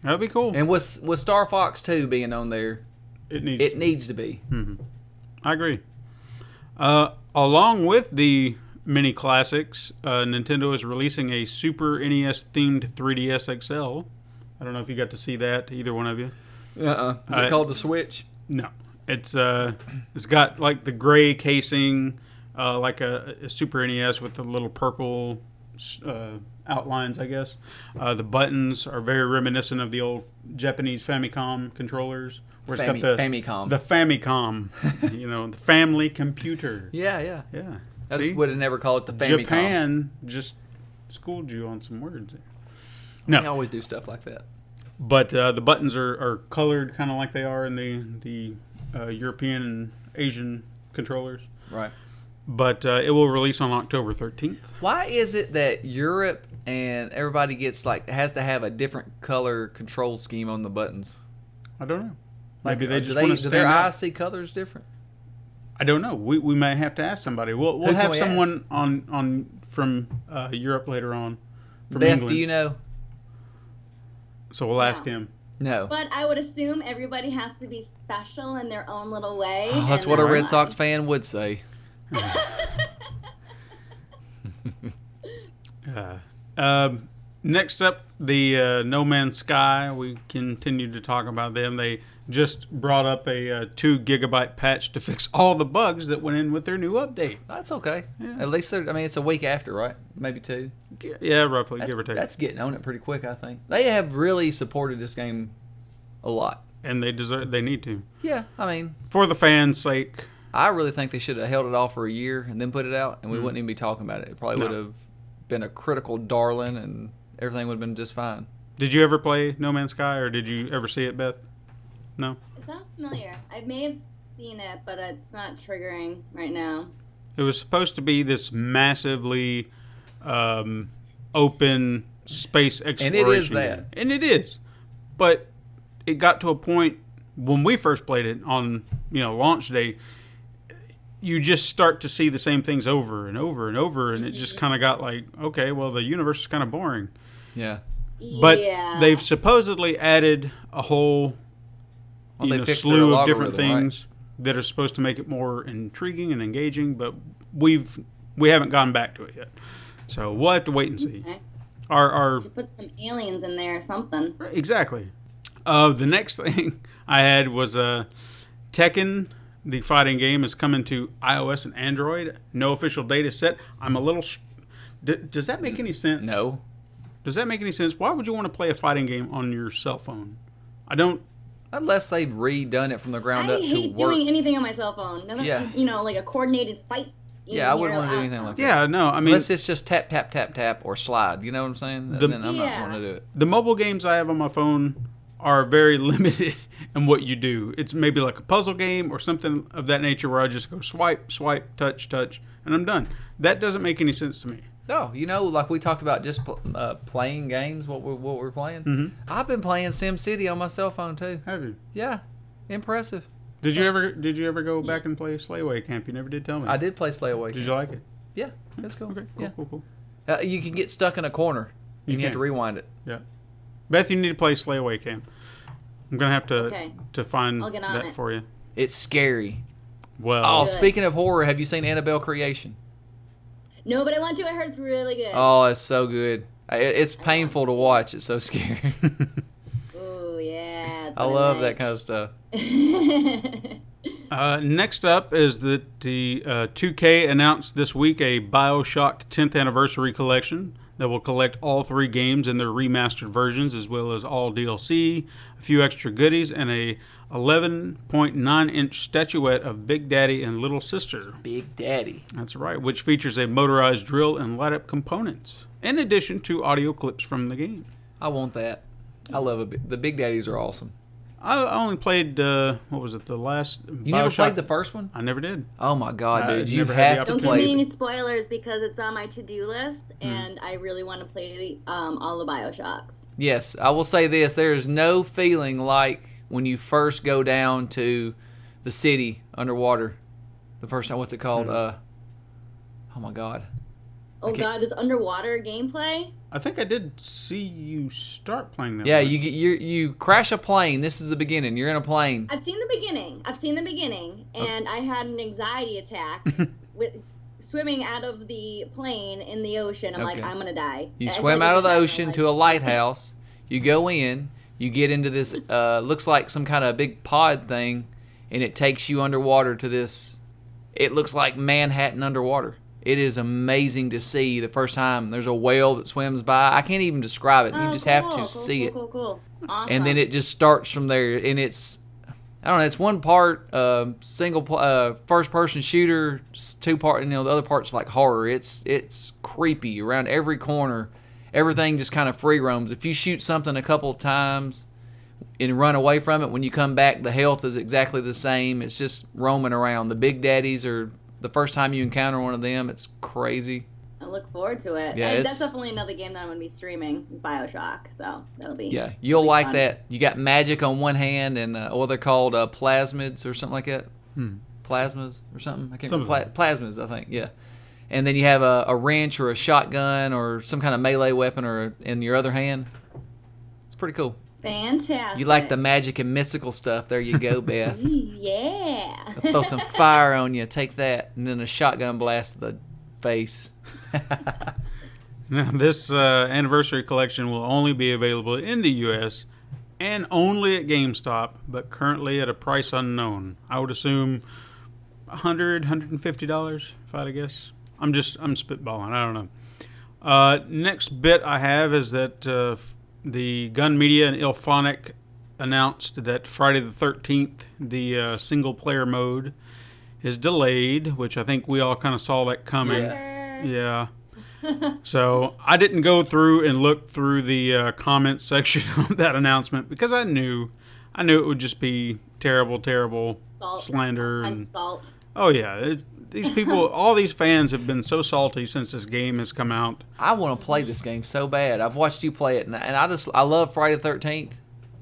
That'd be cool.
And with with Star Fox 2 being on there,
it needs.
it needs to be.
Hmm. I agree. Uh, along with the mini classics, uh, Nintendo is releasing a Super NES themed 3DS XL. I don't know if you got to see that, either one of you.
Uh-uh. Is
I-
it called the Switch?
No, it's uh, it's got like the gray casing, uh, like a, a Super NES with the little purple uh, outlines, I guess. Uh, the buttons are very reminiscent of the old Japanese Famicom controllers, where it's
Fami-
got the
Famicom.
the Famicom, you know, the family computer.
Yeah, yeah.
Yeah.
I
See?
just would have never called it the Famicom.
Japan just schooled you on some words there.
They always do stuff like that.
But uh, the buttons are, are colored kind of like they are in the, the uh, European and Asian controllers.
Right.
But uh, it will release on October 13th.
Why is it that Europe and everybody gets like has to have a different color control scheme on the buttons?
I don't know.
Like,
Maybe
uh,
they just
do
want to
do
stand
their
out.
eyes see colors different?
I don't know. We, we may have to ask somebody. We'll, we'll
Who can
have
we
someone on on from uh, Europe later on. From
Beth,
England.
do you know?
So we'll ask him.
No.
But I would assume everybody has to be special in their own little way.
Oh, that's
and
what a
they're
Red
not.
Sox fan would say.
Uh, um, next up, the uh, No Man's Sky. We continue to talk about them. They just brought up a uh, two gigabyte patch to fix all the bugs that went in with their new update.
That's okay. At least they're, I mean, it's a week after, right? Maybe two.
Yeah, roughly,
That's,
give or take.
that's getting on it pretty quick, I think. They have really supported this game a lot.
And they deserve. They need to,
Yeah, I mean,
for the fans' sake.
I really think they should have held it off for a year and then put it out, and we wouldn't even be talking about it. It probably
Mm-hmm. No.
would have been a critical darling, and everything would have been just fine.
Did you ever play No Man's Sky, or did you ever see it, Beth? No,
It sounds familiar. I may have seen it, but it's not triggering right now.
it was supposed to be this massively um, open space
it
exploration.
is
game.
that.
And it is. But it got to a point when we first played it on, you know, launch day, you just start to see the same things over and over and over and it just kind of got like, okay, well the universe is kind of boring.
Yeah.
But
yeah.
they've supposedly added a whole
Well,
you
they
know,
fixed their
slew of
logarithm,
different
right?
things that are supposed to make it more intriguing and engaging, but we've we haven't gone back to it yet. So we'll have to wait and see.
Okay.
Our our
Put some aliens in there or something.
exactly. Uh, the next thing I had was uh, Tekken, the fighting game, is coming to iOS and Android. No official data set. I'm a little. Sh- D- does that make any sense?
No.
Does that make any sense? Why would you want to play a fighting game on your cell phone? I don't.
Unless they've redone it from the ground
I
up to
hate
work.
doing anything on my cell phone. None of-
Yeah.
You know, like a coordinated fight. scheme
Yeah, I wouldn't
here. Uh,
want to do anything like that.
Yeah, no. I mean,
Unless it's just tap, tap, tap, tap, or slide. You know what I'm saying?
The-
then I'm
Yeah.
not going to do it.
the mobile games I have on my phone are very limited in what you do. It's maybe like a puzzle game or something of that nature where I just go swipe, swipe, touch, touch, and I'm done. That doesn't make any sense to me.
No, you know, like we talked about just pl- uh, playing games, what we're, what we're playing.
Mm-hmm.
I've been playing SimCity on my cell phone, too.
Have you?
Yeah, impressive.
Did you ever did you ever go back and play Slayaway Camp? You never did tell me.
I did play Slay Away.
Did you like it?
Yeah, that's cool.
Okay, cool,
yeah.
cool, cool.
Uh, you can get stuck in a corner and you,
You
have to
can.
rewind it.
Yeah. Beth, you need to play Slayaway Camp. I'm gonna have to
Okay.
to find
I'll get on
that
it.
for you.
It's scary.
Well,
Oh,
Good.
speaking of horror, have you seen Annabelle Creation?
No, but I want to. I heard it's really good.
Oh, it's so good. I- it- It's painful to watch. It's so scary.
Ooh, yeah. it's
I
really
love
nice.
that kind of stuff.
Uh, next up is that the uh, 2K announced this week a Bioshock 10th Anniversary Collection that will collect all three games in their remastered versions, as well as all DLC, a few extra goodies, and a 11.9 inch statuette of Big Daddy and Little Sister.
Big Daddy.
That's right, which features a motorized drill and light up components, in addition to audio clips from the game.
I want that. I love a, bi- the Big Daddies are awesome.
I I only played, uh, what was it, the last
You never played the first one?
I never did.
Oh my God,
I
dude! You
never had the
have to
Don't give
play. Hmm.
me
the-
any spoilers because it's on my to-do list, and I really want to play um, all the Bioshocks.
Yes, I will say this: there is no feeling like when you first go down to the city underwater. The first time, what's it called?
Hmm.
Uh, oh my God!
Oh
Okay.
God, this underwater gameplay.
I think I did see you start playing that.
Yeah,
one.
you get you you crash a plane. This is the beginning. You're in a plane.
I've seen the beginning. I've seen the beginning,
Oh.
and I had an anxiety attack with swimming out of the plane in the ocean. I'm
Okay.
like, I'm gonna die.
You swim out of the ocean to a lighthouse. You go in. You get into this. Uh, looks like some kind of big pod thing, and it takes you underwater to this. It looks like Manhattan underwater. It is amazing to see the first time. There's a whale that swims by. I can't even describe it. You just have to see it.
Oh, Cool, cool, cool. Awesome.
and then it just starts from there and it's i don't know it's one part um single pl- uh, first person shooter s- two part and you know the other part's like horror it's it's creepy around every corner everything just kind of free roams if you shoot something a couple times and run away from it when you come back the health is exactly the same it's just roaming around the big daddies are the first time you encounter one of them it's crazy
I look forward to it.
Yeah,
And
it's-
that's definitely another game that I'm gonna be streaming, Bioshock. So that'll be.
yeah you'll like
fun.
that you got magic on one hand and uh, what they're called uh, plasmids or something like that plasmas or something. I can't remember.
Something.
Pla- plasmas, I think. Yeah. And then you have a, a wrench or a shotgun or some kind of melee weapon or in your other hand. It's pretty cool.
Fantastic.
You like the magic and mystical stuff. There you go, Beth.
Yeah.
I'll throw some fire on you. Take that. And then a shotgun blast to the face.
Now, this uh, anniversary collection will only be available in the U.S. and only at GameStop, but currently at a price unknown. I would assume 100 $150 if I had to guess. I'm just, I'm spitballing. I don't know. Uh, next bit I have is that uh, f- the Gun Media and Ilphonic announced that Friday the 13th, the uh, single player mode, is delayed, which I think we all kind of saw that coming. Yeah. so I didn't go through and look through the uh, comment section of that announcement because I knew, I knew it would just be terrible, terrible
Salt.
slander.
I'm
And,
salt.
oh yeah, it, these people, all these fans have been so salty since this game has come out.
I want to play this game so bad. I've watched you play it, and, and I just I love Friday the Thirteenth,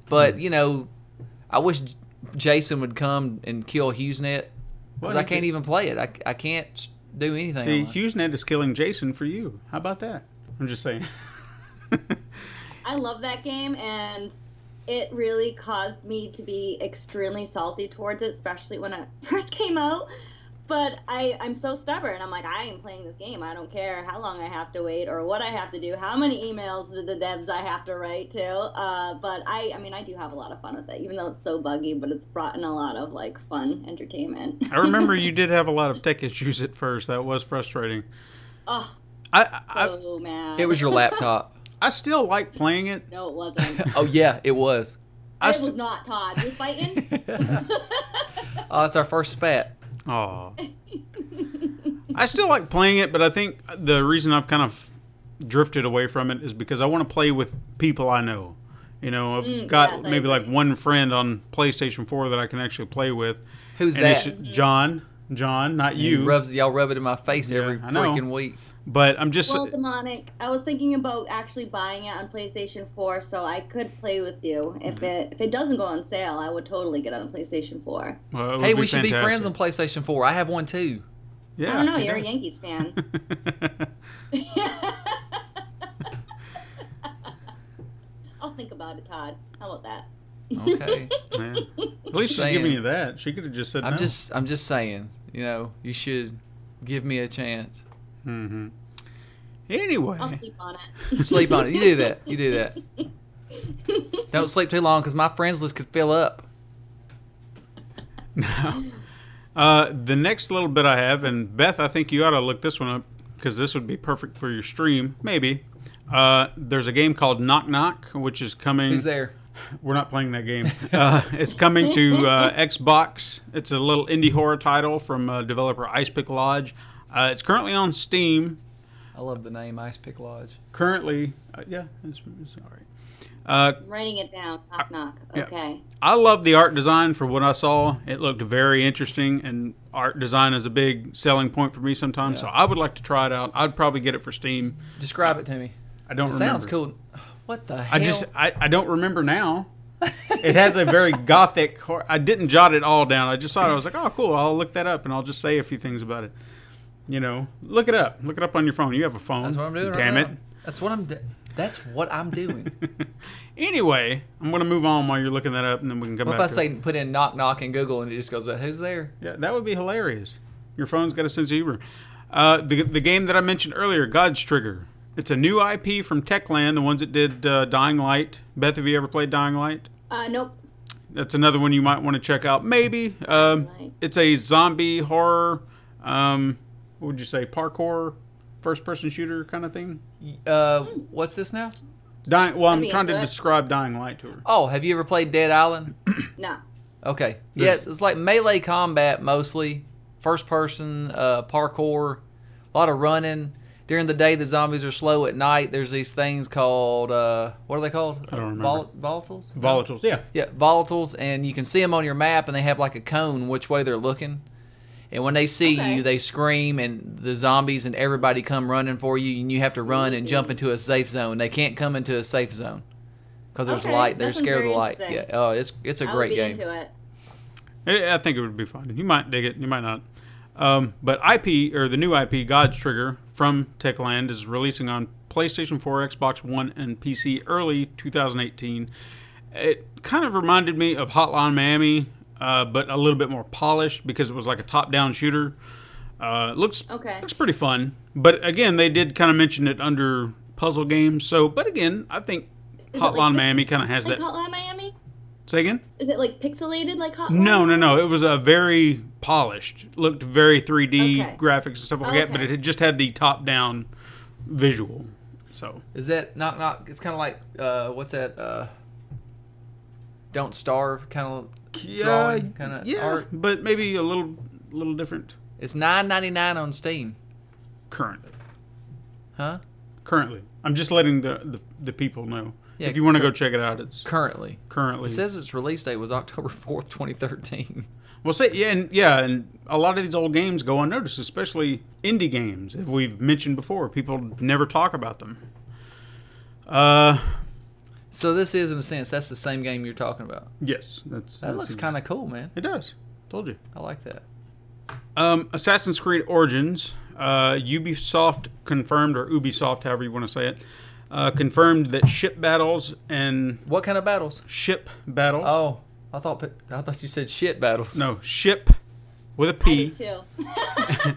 but you know, I wish J- Jason would come and kill HughesNet because
Well,
I
you
can't
could-
even play it. I, I can't s- do anything.
See,
on it.
HughesNet is killing Jason for you. How about that? I'm just saying.
I love that game, and it really caused me to be extremely salty towards it, especially when it first came out. But I, I'm so stubborn. I'm like, I am playing this game. I don't care how long I have to wait or what I have to do, how many emails to the devs I have to write to. Uh, but I, I mean, I do have a lot of fun with it, even though it's so buggy. But it's brought in a lot of like fun entertainment.
I remember you did have a lot of tech issues at first. That was frustrating.
oh,
I I,
so mad.
It was your laptop.
I still like playing it.
No, it wasn't.
oh yeah, it was.
I
it
st-
was not Todd. We fighting.
Oh, it's our first spat.
Aw. I still like playing it, but I think the reason I've kind of drifted away from it is because I want to play with people I know. You know, I've got
yes, Mm, I
maybe like
agree.
one friend on PlayStation 4 that I can actually play with.
Who's
and it's
that?
John. John, not
He
you.
rubs y'all rub it in my face every
I know.
freaking week.
but I'm just.
well, demonic. I was thinking about actually buying it on PlayStation 4, so I could play with you.
Mm-hmm.
If it if it doesn't go on sale, I would totally get it on PlayStation 4.
well, it would
Hey, we should be friends on
fantastic.
PlayStation 4. I have one too.
Yeah,
I don't know.
he
You're a
does.
Yankees fan. I'll think about it, Todd. How about that?
Okay.
Yeah. At least she's
saying.
giving you that. She could have just said
I'm
no.
just I'm just saying, you know, you should give me a chance.
I'll
Anyway.
sleep on it.
Sleep on it. You do that. You do that. Don't sleep too long because my friends list could fill up.
Uh, the next little bit I have, and Beth, I think you ought to look this one up because this would be perfect for your stream, maybe. Uh, there's a game called Knock Knock, which is coming.
Who's there?
We're not playing that game. Uh, it's coming to uh, Xbox. It's a little indie horror title from uh, developer Icepick Lodge. Uh, it's currently on Steam.
I love the name Ice Pick Lodge.
Currently, uh, yeah, it's, it's all right. Uh,
I'm writing it down. Knock knock.
yeah.
Okay.
I love the art design for what I saw. It looked very interesting, and art design is a big selling point for me sometimes. So I would like to try it out. I'd probably get it for Steam.
Describe it to me.
I don't
It
remember.
sounds cool. What the
I
hell?
just I, I don't remember now. it had a very gothic. Hor- I didn't jot it all down. I just saw it. I was like, oh, cool. I'll look that up, and I'll just say a few things about it. You know, look it up. Look it up on your phone. You have a phone.
That's what I'm doing.
Damn
right
it.
now. That's what I'm. Do- that's what I'm doing.
Anyway, I'm gonna move on while you're looking that up, and then we can come
What if I
back. to it.
say put in knock knock in Google and it just goes, who's there?
Yeah, that would be hilarious. Your phone's got a sense of humor. Uh, the, the game that I mentioned earlier, God's Trigger. It's a new IP from Techland, the ones that did uh, Dying Light. Beth, have you ever played Dying Light?
Uh, nope.
That's another one you might want to check out. Maybe. Um,
Light.
it's a zombie horror, um, what would you say, parkour, first person shooter kind of thing?
Uh, what's this now?
Dying, well, I'm
mean,
trying to
but-
describe Dying Light to her.
Oh, have you ever played Dead Island?
No.
Okay.
There's-
yeah, it's like melee combat mostly, first person, uh, parkour, a lot of running. During the day, the zombies are slow. At night, there's these things called uh, what are they called? I
don't
volatiles.
Volatiles, yeah.
Yeah, volatiles, and you can see them on your map, and they have like a cone which way they're looking. And when they see
Okay.
you, they scream, and the zombies and everybody come running for you, and you have to run and jump into a safe zone. They can't come into a safe zone because there's
Okay,
light. They're
that sounds
scared of the
very
light. Yeah.
interesting.
Oh, it's it's a
I would
great
be
game.
Into it.
I I think it would be fun. You might dig it. You might not. Um, but IP or the new IP, God's Trigger from Techland, is releasing on PlayStation 4, Xbox One, and PC early 2018. It kind of reminded me of Hotline Miami, uh, but a little bit more polished because it was like a top-down shooter. Uh, it looks
Okay.
looks pretty fun. But again, they did kind of mention it under puzzle games. So, but again, I think
it like
Hotline Miami kind of has
Like
that.
Hotline Miami?
Say again.
Is it like pixelated like Hotline?
No, no, no. It was a very polished, looked very 3D
Okay.
graphics and stuff like that, but
Okay.
it had just had the top down visual. So,
Is that knock knock? It's kind of like uh, what's that? Uh, Don't starve kind of drawing kind of
yeah,
art.
but maybe a little, little different
It's nine ninety nine on Steam,
currently.
huh?
Currently, I'm just letting the the, the people know.
Yeah,
if you want to go
cur-
check it out, it's
Currently,
currently.
it says its release date was October fourth, twenty thirteen.
Well, say yeah, and yeah, and a lot of these old games go unnoticed, especially indie games. If we've mentioned before, people never talk about them. Uh,
So this is, in a sense, that's the same game you're talking about.
yes, that's
That looks kind of cool, man.
It does. Told you.
I like that.
Um, Assassin's Creed Origins. Uh, Ubisoft confirmed, or Ubisoft, however you want to say it, uh, confirmed that ship battles and
What kind of battles?
ship battles.
Oh, I thought I thought you said shit battles.
No, ship with a P.
too. I'm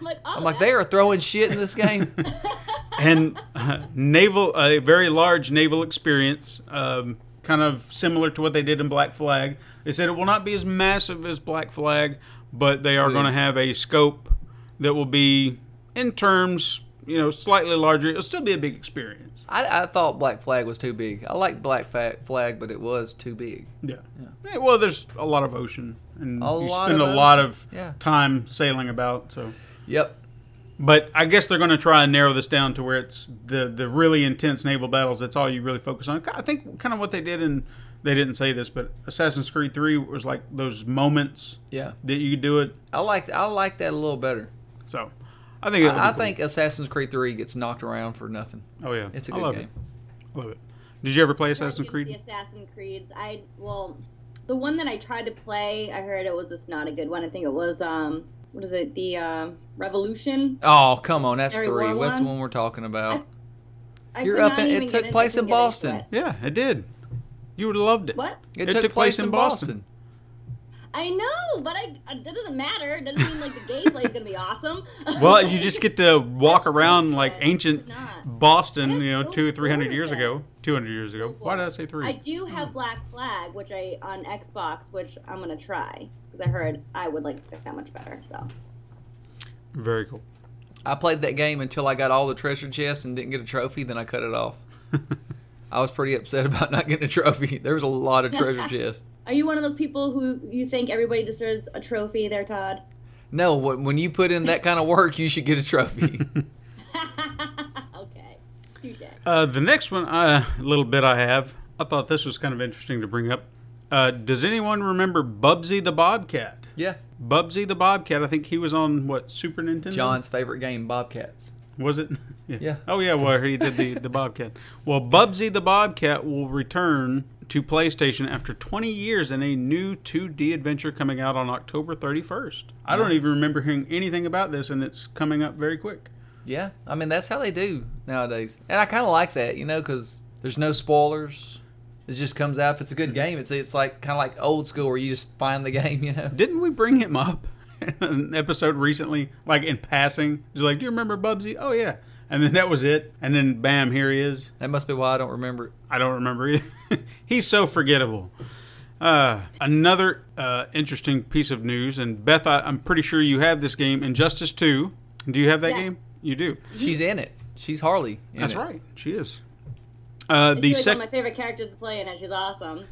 like, oh,
I'm like they are throwing shit in this game.
and uh, naval a very large naval experience um, kind of similar to what they did in black flag they said it will not be as massive as black flag but they
Hmm.
are going to have a scope that will be in terms you know slightly larger it'll still be a big experience
I, I thought Black Flag was too big. I liked Black Fa- Flag, but it was too big.
yeah, Yeah, well there's a lot of ocean and
A
you
lot
spend
of
a lot of
Yeah.
time sailing about so
Yep.
But I guess they're going to try and narrow this down to where it's the the really intense naval battles. That's all you really focus on. I think kind of what they did in they didn't say this, but Assassin's Creed Three was like those moments
Yeah.
that you do it.
I like I like that a little better.
So I think it'll
I, I
be cool.
think Assassin's Creed 3 gets knocked around for nothing.
oh yeah,
It's a
I love
good game.
It. I love it. Did you ever play Assassin's
it's
Creed?
The Assassin's Creeds. I well, the one that I tried to play, I heard it was just not a good one. I think it was um, what is it? The um Revolution.
Oh, come on, that's
Harry
3.
Warlock?
What's the one we're talking about?
I
You're
could
up
not
in- it
even get
took
into-
place in
couldn't get into
Boston.
it.
Yeah, it did. You would have loved it.
What?
It, took, place, in Boston.
I know, but I uh, that doesn't matter. It doesn't mean like the gameplay is gonna be awesome.
Well, you just get to walk around like ancient
Not.
Boston,
That's
you know,
so
two, three hundred
cool.
years ago, two hundred years ago. Why did I say three?
I do
Mm.
have Black Flag, which I on Xbox, which I'm gonna try because I heard I would like it that much better. So
Very cool.
I played that game until I got all the treasure chests and didn't get a trophy, then I cut it off. I was pretty upset about not getting a trophy. There was a lot of treasure chests.
Are you one of those people who you think everybody deserves a trophy there, Todd?
No, wh- when you put in that kind of work, you should get a trophy.
okay. Touche.
Uh, the next one, uh, little bit I have. I thought this was kind of interesting to bring up. Uh, does anyone remember Bubsy the Bobcat?
yeah.
Bubsy the Bobcat. I think he was on what Super Nintendo.
John's favorite game, Bobcats.
was it?
Yeah.
Oh yeah. Well, he did the the Bobcat. Well, Bubsy the Bobcat will return to PlayStation after 20 years in a new 2D adventure coming out on October 31st. I don't even remember hearing anything about this, and it's coming up very quick.
Yeah, I mean that's how they do nowadays, and I kind of like that, you know, because there's no spoilers. It just comes out. If it's a
Mm-hmm.
good game, it's it's like kind of like old school where you just find the game, you know.
Didn't we bring him up in an episode recently, like in passing? Just like, do you remember Bubsy? Oh yeah. And then that was it. And then bam, here he is.
That must be why I don't remember. it.
I don't remember either. He's so forgettable. Uh, another uh, interesting piece of news, and Beth, I, I'm pretty sure you have this game, Injustice 2. Do you have that
Yeah.
game? You do.
She's in it. She's Harley. in
That's
it.
right. She is. Uh,
She's
the
like
sec-
one of my favorite characters to play in it. She's awesome.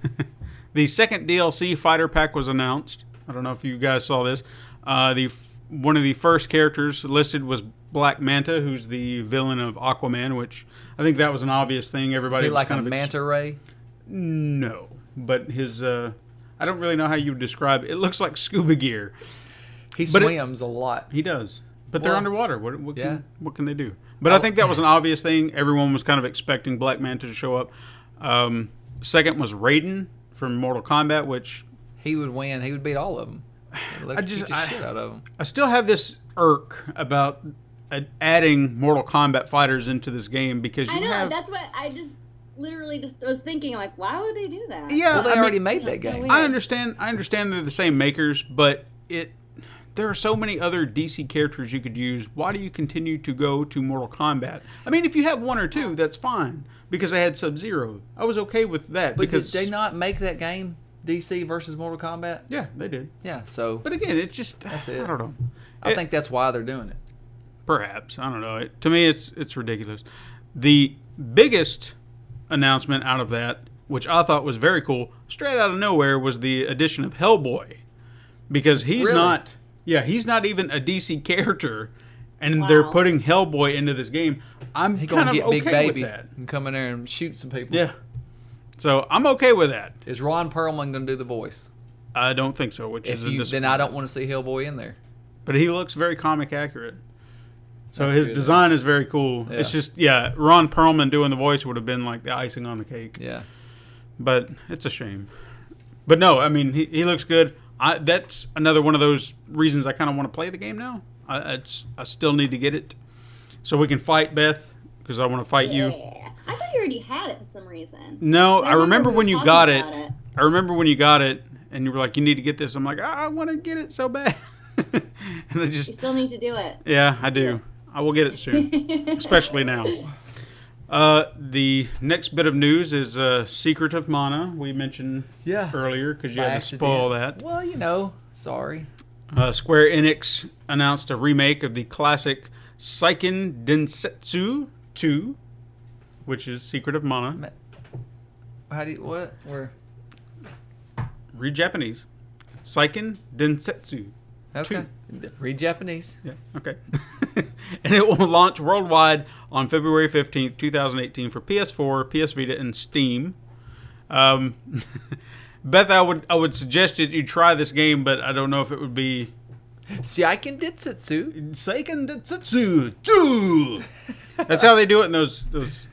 The second DLC fighter pack was announced. I don't know if you guys saw this. Uh, the f- one of the first characters listed was Black Manta, who's the villain of Aquaman, which I think that was an obvious thing.
Is
Everybody
he
was
like
kind
a
of ex-
manta ray?
no, but his uh, I don't really know how you would describe. It looks like scuba gear.
He
But it-
swims a lot.
He does, but they're
Well,
underwater. What, what,
yeah.
can, what can they do? But I think that was an obvious thing. Everyone was kind of expecting Black Manta to show up. Um, second was Raiden from Mortal Kombat, which
He would win. He would beat all of them. I
just-
just the
I-
shit out of them.
I still have this irk about ad- adding Mortal Kombat fighters into this game because you
I know.
have
That's what I just literally just was thinking. I'm like, why would they do that?
yeah.
Well, they
I mean,
already made that game.
weird.
I understand. I understand they're the same makers, but it there are so many other DC characters you could use. Why do you continue to go to Mortal Kombat? I mean, if you have one or two, that's fine because I had Sub Zero. I was okay with that
But
because
did they not make that game? DC versus Mortal Kombat.
yeah, they did.
Yeah. So
But again, it's just I
it.
don't know.
I
It-
think that's why they're doing it.
perhaps I don't know. It, to me, it's it's ridiculous. The biggest announcement out of that, which I thought was very cool, straight out of nowhere, was the addition of Hellboy, because he's
Really?
not. Yeah, he's not even a DC character, and they're
Wow.
putting Hellboy into this game. I'm
He
kind
gonna
of
get
okay
big baby
with that.
and come in there and shoot some people.
Yeah, so I'm okay with that.
Is Ron Perlman gonna do the voice?
I don't think so, which
If
is a
you,
dis-
then I don't want to see Hellboy in there.
but he looks very comic accurate. So
That's
his
good.
design is very cool.
Yeah.
It's just yeah, Ron Perlman doing the voice would have been like the icing on the cake.
Yeah.
but it's a shame. But no, I mean he, he looks good. I, that's another one of those reasons I kind of want to play the game now. I, it's I still need to get it so we can fight Beth because I want to fight you.
Yeah. I thought you already had it for some reason.
No, I remember
we
when
were
you
talking
got it,
about
I remember when you got it, and you were like, "You need to get this." I'm like, "I want to get it so bad," and I just,
You still need to do it.
yeah, I do. I will get it soon, especially now. Uh, the next bit of news is uh, Secret of Mana. We mentioned
Yeah.
earlier because you
By
had to spoil
accident.
that.
Well, you know, sorry.
Uh, Square Enix announced a remake of the classic Seiken Densetsu 2, which is Secret of Mana.
How do you what? Where?
Read Japanese. Seiken Densetsu.
Okay. Read Japanese.
Yeah, okay. and it will launch worldwide on February 15th, 2018 for PS4, PS Vita, and Steam. Um, Beth, I would I would suggest that you try this game, but I don't know if it would be
Seiken Ditsutsu.
Seiken Densetsu 2. That's how they do it in those those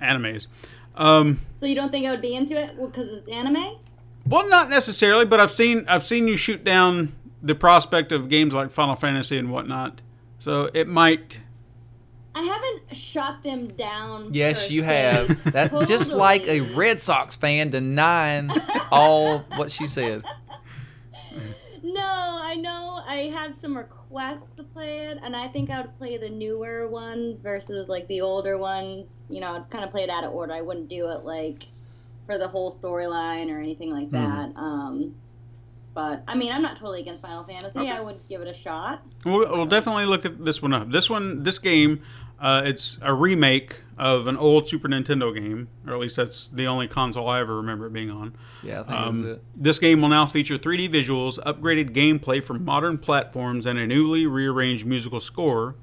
animes. Um,
So you don't think I would be into it because it's anime?
Well, not necessarily, but I've seen I've seen you shoot down the prospect of games like Final Fantasy and whatnot. So it might.
I haven't shot them down.
Yes,
per
you
se.
have. That just like a
Totally.
Red Sox fan denying all what she said.
No, I know. I had some requests to play it, and I think I would play the newer ones versus like the older ones. You know, I'd kind of play it out of order. I wouldn't do it like for the whole storyline or anything like
Hmm.
that. Um, but I mean, I'm not totally against Final Fantasy. I would give it a shot.
We'll, we'll definitely look at this one up. This one, this game, uh, it's a remake of an old Super Nintendo game, or at least that's the only console I ever remember it being on.
Yeah, I think that was
Um,
it.
this game will now feature 3D visuals, upgraded gameplay for modern platforms, and a newly rearranged musical score.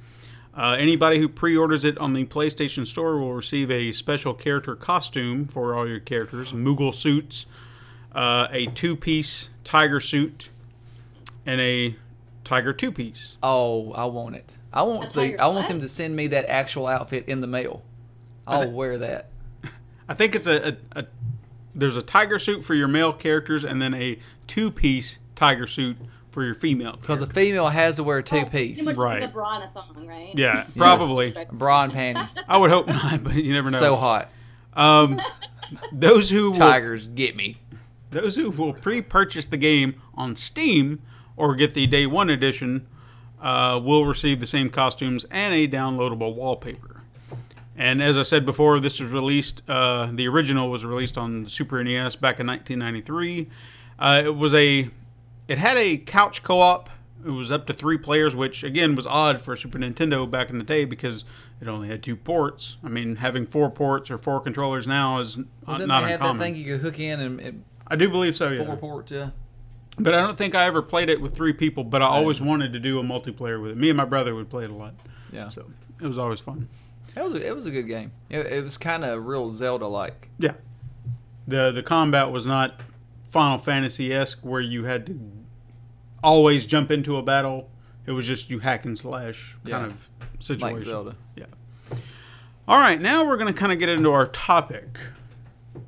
Uh, anybody who pre orders it on the PlayStation Store will receive a special character costume for all your characters Moogle suits, uh, a two piece tiger suit, and a tiger two piece.
Oh, I want it. I want the.
tiger
I want
what?
them to send me that actual outfit in the mail. I'll wear that.
I think it's a, a, a there's a tiger suit for your male characters and then a two piece tiger suit for your female.
Because
Characters.
a female has to wear a two piece.
Pretty much
Right.
The bra and a thong, right?
Yeah, probably.
Bra and panties.
I would hope not, but you never know.
So hot.
Um, those who will,
Tigers, get me.
those who will pre-purchase the game on Steam or get the day one edition uh, will receive the same costumes and a downloadable wallpaper. And as I said before, this was released. Uh, the original was released on Super NES back in 1993. Uh, it was a it had a couch co-op. It was up to three players, which again was odd for Super Nintendo back in the day because it only had two ports. I mean, having four ports or four controllers now is
Well,
not,
didn't
not
they have
uncommon.
that thing you could hook in and, and
I do believe so, yeah.
report to?
But I don't think I ever played it with three people, but I always wanted to do a multiplayer with it. Me and my brother would play it a lot.
Yeah.
So it was always fun.
It was a, it was a good game. It, it was kind of real Zelda like.
Yeah. The the combat was not Final Fantasy esque where you had to always jump into a battle. It was just you hack and slash kind
Yeah.
of situation.
Zelda.
Yeah. All right, now we're gonna kind of get into our topic.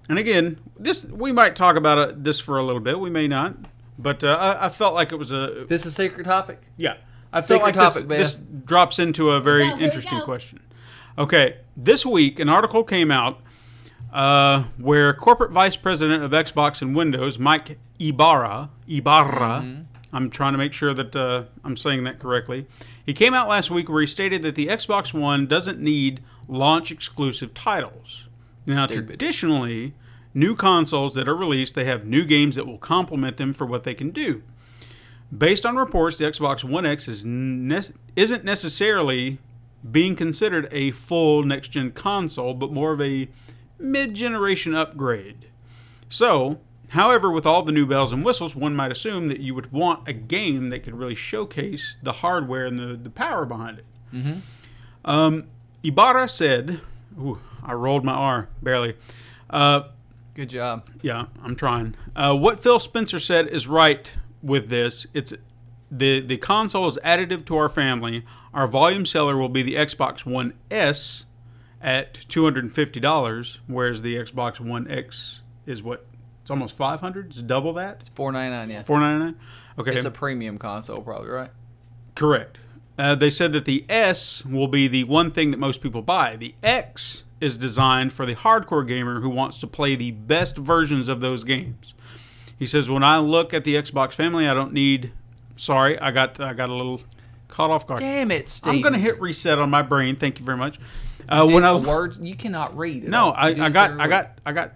And again, this we might talk about uh this for a little bit. We may not, but uh, I, I felt like it was a
This is a sacred topic.
Yeah. I feel like
Secret topic, man.
this, this drops into a very
Yeah, here we
interesting
go.
question. Okay, this week an article came out uh, where corporate vice president of Xbox and Windows, Mike Ibarra, Ibarra,
Mm-hmm.
I'm trying to make sure that uh, I'm saying that correctly. He came out last week where he stated that the Xbox One doesn't need launch exclusive titles. Now,
Stupid.
traditionally, new consoles that are released, they have new games that will complement them for what they can do. Based on reports, the Xbox One X is ne- isn't necessarily being considered a full next gen console, but more of a mid generation upgrade. So, however, with all the new bells and whistles, one might assume that you would want a game that could really showcase the hardware and the, the power behind it. Um, Ibarra said, ooh, I rolled my R barely. Uh,
Good job.
yeah, I'm trying. Uh, what Phil Spencer said is right with this. It's the the console is additive to our family. Our volume seller will be the Xbox One S at two hundred and fifty dollars, whereas the Xbox One X is what it's almost five hundred. It's double that.
Four ninety nine. Yeah.
Four ninety nine. Okay,
It's a premium console, probably right.
Correct. Uh, they said that the S will be the one thing that most people buy. The X is designed for the hardcore gamer who wants to play the best versions of those games. He says, "When I look at the Xbox family, I don't need. Sorry, I got I got a little caught off guard.
Damn it, Steve.
I'm gonna hit reset on my brain. Thank you very much. Uh,
Dude,
when I
the words you cannot read. at
no,
all.
I,
You do
I
this
got,
every
I
week.
got, I got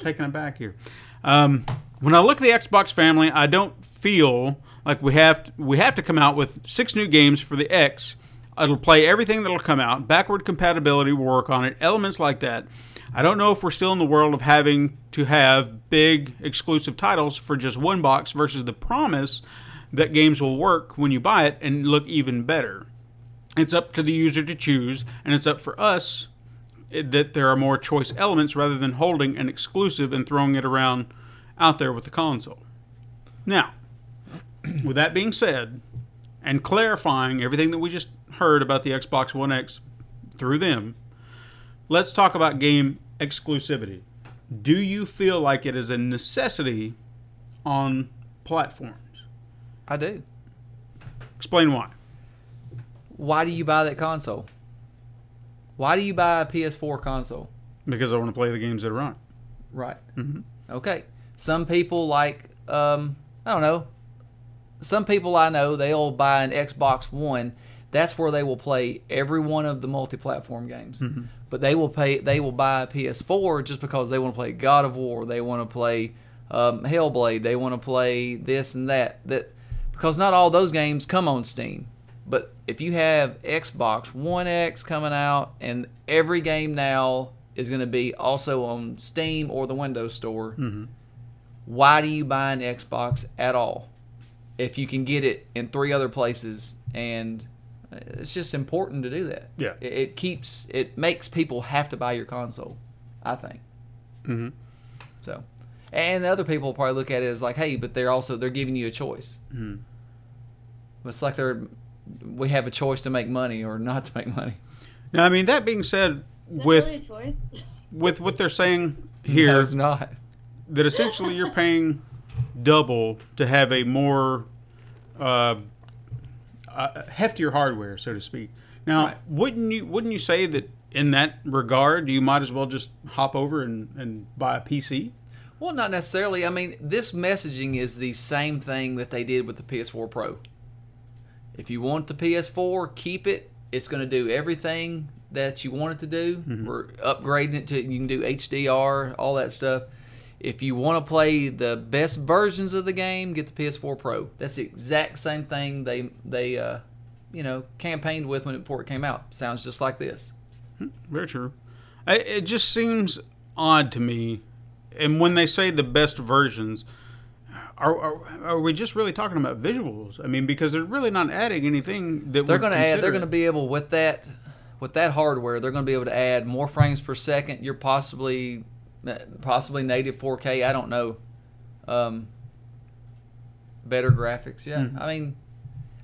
taken aback here. Um, when I look at the Xbox family, I don't feel like we have to, we have to come out with six new games for the X. It'll play everything that'll come out. Backward compatibility will work on it. Elements like that. I don't know if we're still in the world of having to have big exclusive titles for just one box versus the promise that games will work when you buy it and look even better. It's up to the user to choose, and it's up for us that there are more choice elements rather than holding an exclusive and throwing it around out there with the console. Now, with that being said, and clarifying everything that we just heard about the Xbox One X through them, let's talk about game exclusivity. Do you feel like it is a necessity on platforms?
I do.
Explain why.
Why do you buy that console? Why do you buy a PS4 console?
Because I want to play the games that are on. it.
Right. Okay. Some people like, um, I don't know. Some people I know, they'll buy an Xbox One. That's where they will play every one of the multi-platform games. But they will pay. They will buy a PS4 just because they want to play God of War. They want to play um, Hellblade. They want to play this and that. That because not all those games come on Steam. But if you have Xbox One X coming out, and every game now is going to be also on Steam or the Windows Store, why do you buy an Xbox at all if you can get it in three other places? And uh, it's just important to do that.
Yeah.
it, it keeps it makes people have to buy your console. I think. Mm-hmm. So, and the other people probably look at it as like, hey, but they're also they're giving you a choice.
Mm-hmm.
It's like they're we have a choice to make money or not to make money.
Now, I mean, that being said,
That's really a
with
choice.
with what they're saying here,
No, it's not.
that essentially you're paying double to have a more uh, uh, heftier hardware, so to speak. Now,
Right.
wouldn't you wouldn't you say that in that regard, you might as well just hop over and, and buy a PC?
Well, not necessarily. I mean, this messaging is the same thing that they did with the PS4 Pro. If you want the PS4, keep it. It's going to do everything that you want it to do. We're upgrading it to you can do HDR, all that stuff. If you want to play the best versions of the game, get the PS4 Pro. That's the exact same thing they they uh, you know campaigned with when it, before it came out. Sounds just like this.
Very true. I, it just seems odd to me. And when they say the best versions, are, are, are we just really talking about visuals? I mean, because they're really not adding anything that
they're
going to
add they're going to be able with that with that hardware they're going to be able to add more frames per second you're possibly possibly native 4k i don't know um better graphics yeah i mean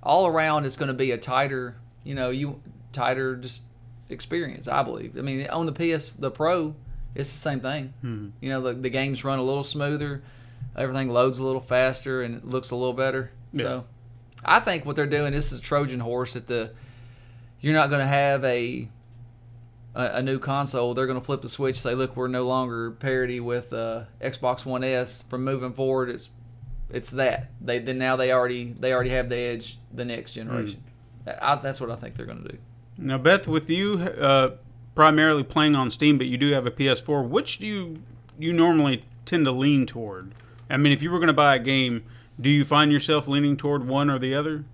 all around it's going to be a tighter you know you tighter just experience i believe i mean on the ps the pro it's the same thing you know the, the games run a little smoother everything loads a little faster and it looks a little better so i think what they're doing this is a trojan horse that the you're not going to have a a, a new console they're going to flip the switch say look we're no longer parity with uh, xbox one s from moving forward it's it's that they then now they already they already have the edge the next generation I, that's what i think they're going to do
Now, Beth, with you uh, primarily playing on Steam, but you do have a PS4. Which do you you normally tend to lean toward? I mean, if you were going to buy a game, do you find yourself leaning toward one or the other?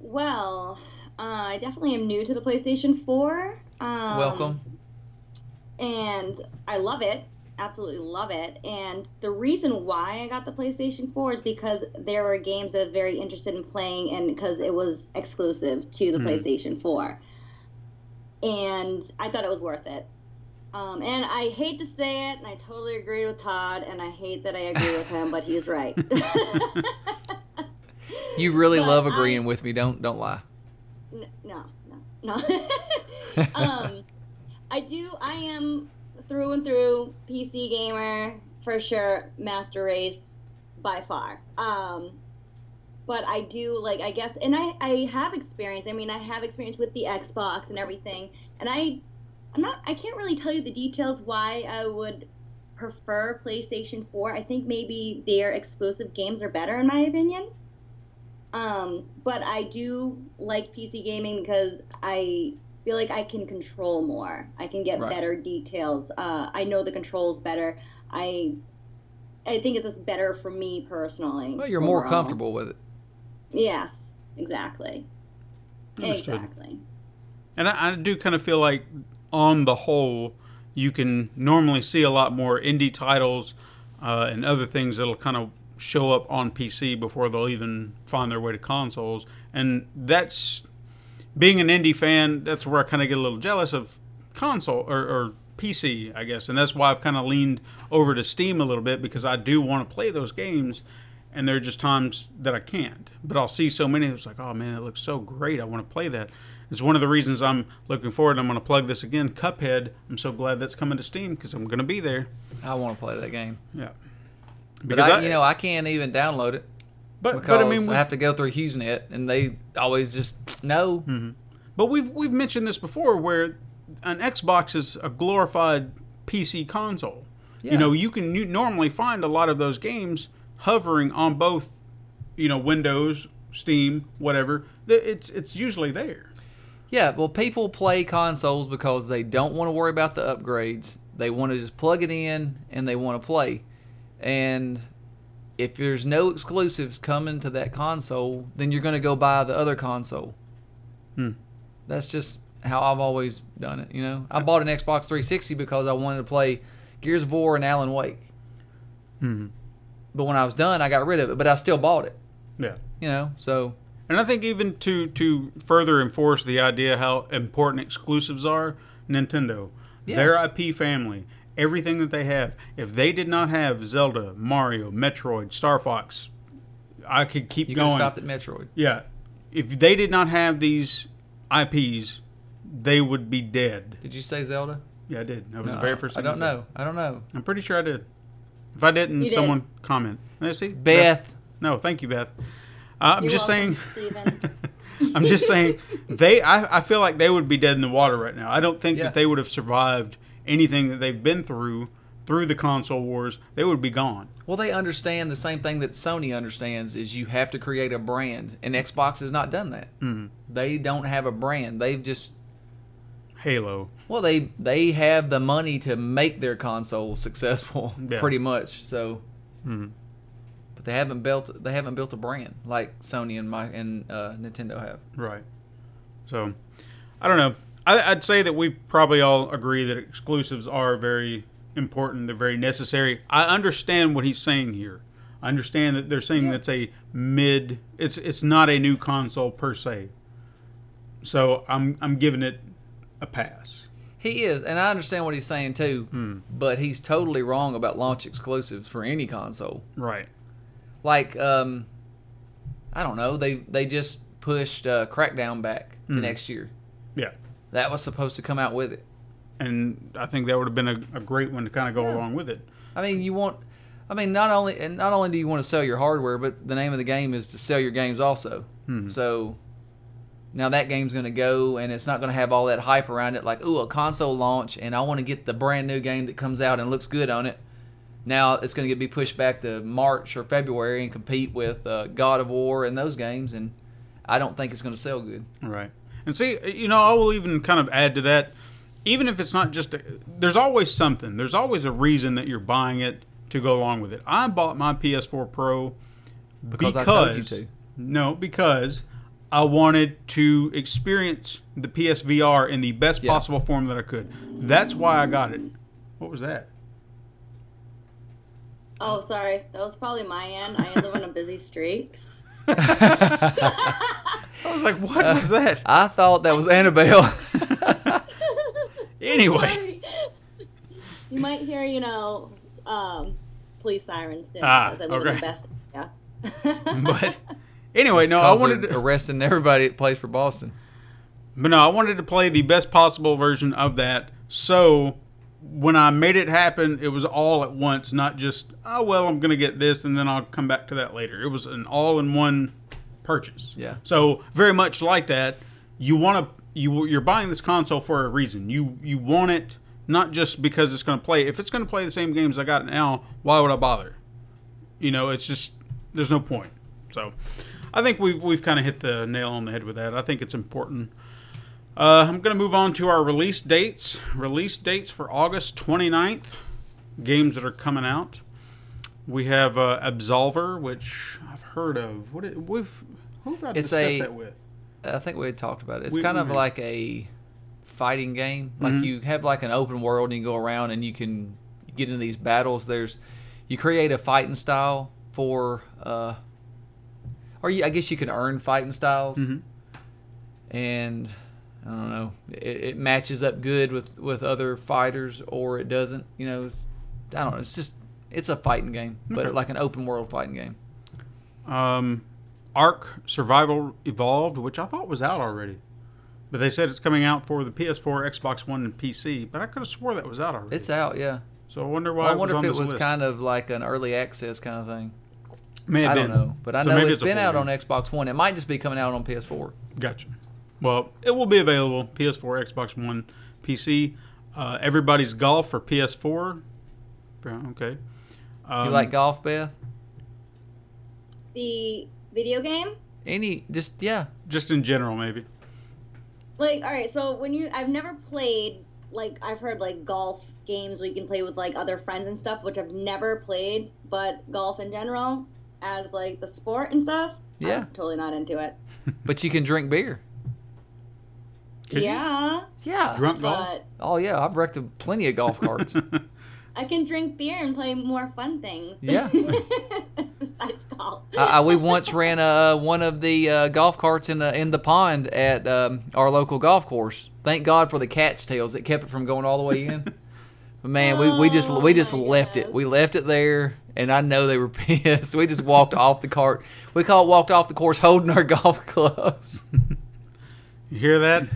Well, uh, I definitely am new to the PlayStation 4. Um,
welcome
and I love it. Absolutely love it. And the reason why I got the PlayStation 4 is because there were games that I was very interested in playing and because it was exclusive to the PlayStation 4. And I thought it was worth it. Um, and I hate to say it, and I totally agree with Todd, and I hate that I agree with him, but he's right.
you really
but
love
I-
agreeing with me don't don't lie
N- no, no, no. um, I do. I am through and through PC gamer for sure. Master race by far. Um, but I do like I guess, and I I have experience. I mean, I have experience with the Xbox and everything, and I I'm not. I can't really tell you the details why I would prefer PlayStation 4. I think maybe their exclusive games are better in my opinion. Um, but I do like PC gaming because I feel like I can control more. I can get
Right.
better details. Uh, I know the controls better. I I think it's just better for me personally.
Well, you're more
overall.
comfortable with it.
Yes, exactly.
Understood.
Exactly.
And I, I do kind of feel like, on the whole, you can normally see a lot more indie titles uh, and other things that'll kind of show up on PC before they'll even find their way to consoles. And that's being an indie fan. That's where I kind of get a little jealous of console or, or PC, I guess. And that's why I've kind of leaned over to Steam a little bit because I do want to play those games. And there are just times that I can't. But I'll see so many that's like, oh man, that looks so great. I want to play that. It's one of the reasons I'm looking forward. And I'm going to plug this again Cuphead. I'm so glad that's coming to Steam because I'm going to be there.
I want to play that game,
Yeah.
but
Because
I, you know I can't even download it
but,
because
but
I,
I mean,
have to go through HughesNet, and they always just no.
Mm-hmm. But we've we've mentioned this before, where an Xbox is a glorified PC console.
Yeah.
You know, you can nu- normally find a lot of those games hovering on both, you know, Windows, Steam, whatever. Th- It's it's usually there.
Yeah, well, people play consoles because they don't want to worry about the upgrades. They want to just plug it in and they want to play. And if there's no exclusives coming to that console, then you're going to go buy the other console.
Hmm.
That's just how I've always done it. You know, I bought an Xbox 360 because I wanted to play Gears of War and Alan Wake.
Mm-hmm.
But when I was done, I got rid of it. But I still bought it.
Yeah.
You know, so
And I think even to to further enforce the idea how important exclusives are, Nintendo,
Yeah.
their IP family, everything that they have. If they did not have Zelda, Mario, Metroid, Star Fox, I could keep
you could
going.
have stopped at Metroid.
Yeah. If they did not have these IPs, they would be dead.
Did you say Zelda?
Yeah, I did. That was
No,
the very first
I
thing
don't
said.
know. I don't know.
I'm pretty sure I did. If I didn't,
You did.
someone comment. Let's see.
Beth.
No, thank you, Beth. Uh, I'm
You're
just
welcome,
saying.
Steven.
I'm just saying they I, I feel like they would be dead in the water right now. I don't think
Yeah.
that they would have survived anything that they've been through through the console wars. They would be gone.
Well, they understand the same thing that Sony understands is you have to create a brand, and Xbox has not done that.
Mm-hmm.
Mm. They don't have a brand. They've just
Halo.
well, they they have the money to make their console successful,
Yeah. Mm-hmm.
pretty much. So, but they haven't built they haven't built a brand like Sony and my and uh, Nintendo have.
Right. So I don't know. I, I'd say that we probably all agree that exclusives are very important. They're very necessary. I understand what he's saying here. I understand that they're saying that's a mid. It's it's not a new console per se. So I'm I'm giving it a pass.
He is, and I understand what he's saying too, but he's totally wrong about launch exclusives for any console.
Right.
like um i don't know they they just pushed uh, crackdown back to next year
Yeah.
that was supposed to come out with it
and I think that would have been a, a great one to kind of go along with it.
i mean you want i mean not only and not only do you want to sell your hardware but the name of the game is to sell your games also so now that game's going to go and it's not going to have all that hype around it like ooh a console launch and i want to get the brand new game that comes out and looks good on it now it's going to be pushed back to march or february and compete with uh, god of war and those games and i don't think it's going to sell good
Right. And see, you know, I will even kind of add to that. Even if it's not just, a, there's always something. There's always a reason that you're buying it to go along with it. I bought my PS4 Pro
Because I told you to.
No, because I wanted to experience the PSVR in the best
Yeah.
possible form that I could. That's why I got it. What was that?
Oh, sorry. That was probably my end. I live on a busy street.
I was like, what was that?
I thought that was Annabelle.
Anyway.
Sorry. you might hear, you know, um, police sirens. Soon,
Ah,
'cause I live in
okay.
the best. Yeah.
But anyway, no, I wanted to.
arresting everybody that plays for Boston.
But no, I wanted to play the best possible version of that. So when I made it happen, it was all at once, not just, oh, well, I'm going to get this and then I'll come back to that later. It was an all in one purchase.
Yeah.
So very much like that, you want to you you're buying this console for a reason. You you want it not just because it's going to play. If it's going to play the same games I got now, why would I bother? You know, it's just there's no point. So, I think we've we've kind of hit the nail on the head with that. I think it's important. Uh, I'm going to move on to our release dates. Release dates for August 29th. Games that are coming out. We have uh, Absolver, which I've heard of. What it, we've who have I
It's
discussed
a-
that with?
I think we had talked about it. It's
We-
kind
we Mm-hmm.
of
had.
like a fighting game. Like you have like an open world and you go around and you can get into these battles. There's you create a fighting style for uh or you, I guess you can earn fighting styles.
Mm-hmm.
And I don't know. It, it matches up good with with other fighters or it doesn't. You know, it's, I don't know. It's just it's a fighting game, but like an open world fighting game.
um, Ark Survival Evolved, which I thought was out already, but they said it's coming out for the PS4, Xbox One, and PC. But I could have swore that was out already.
It's out, yeah.
so I wonder why
Well, I
it was
wonder
on
if it
this
was
list.
kind of like an early access kind of thing.
May have
I don't
been.
know, but I
So
know
maybe
it's
a
been
full
out
game.
on Xbox One. It might just be coming out on PS4.
Gotcha. Well, it will be available PS4, Xbox One, PC. Uh, everybody's golf for PS4. Yeah, Okay. Um,
you like golf, Beth?
The video game?
Any just yeah,
just in general, maybe.
Like, all right, so when you, I've never played, like, I've heard, like, golf games where you can play with, like, other friends and stuff, which I've never played, but golf in general, as, like, the sport and stuff,
Yeah.
I'm totally not into it.
but you can drink beer.
Could you?
yeah,
Yeah.
Drunk golf.
but
oh yeah, I've wrecked a- plenty of golf carts.
I can drink beer and play more fun things.
Yeah. Ah.
Besides golf.
I, I, we once ran uh, one of the uh, golf carts in the in the pond at um, our local golf course. Thank God for the cat's tails that kept it from going all the way in. But man, we, we just we
Oh,
just
my
left it.
gosh.
We left it there, and I know they were pissed. We just walked off the cart. We call it walked off the course holding our golf clubs.
You hear that?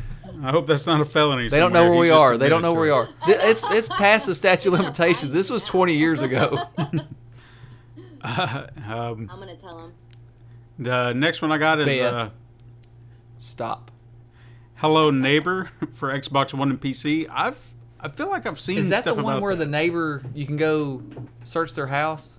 I hope that's not a felony.
They don't know where we are. They don't know where we are. Th- It's it's past the statute of limitations. This was 20 years ago.
Um,
I'm going to tell him.
the next one I got is
Beth.
uh,
Stop.
Hello Neighbor for Xbox One and PC. I've I feel like I've seen
Is that the
stuff
one
about
where
that.
the neighbor you can go search their house?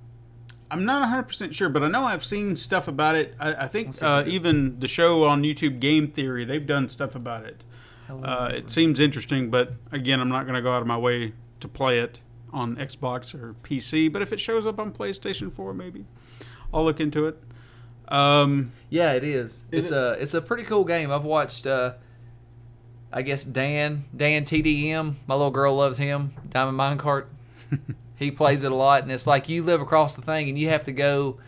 I'm not 100 percent sure, but I know I've seen stuff about it. I, I think
see if I
uh,
can-
even the show on YouTube, Game Theory, they've done stuff about it. Uh, it seems interesting, but again, I'm not going to go out of my way to play it on Xbox or PC. But if it shows up on PlayStation 4, maybe I'll look into it. Um,
Yeah, it is.
Is
it's
it-
a it's a pretty cool game. I've watched. Uh, I guess Dan Dan TDM. My little girl loves him. Diamond Minecart. he plays it a lot, and it's like you live across the thing, and you have to go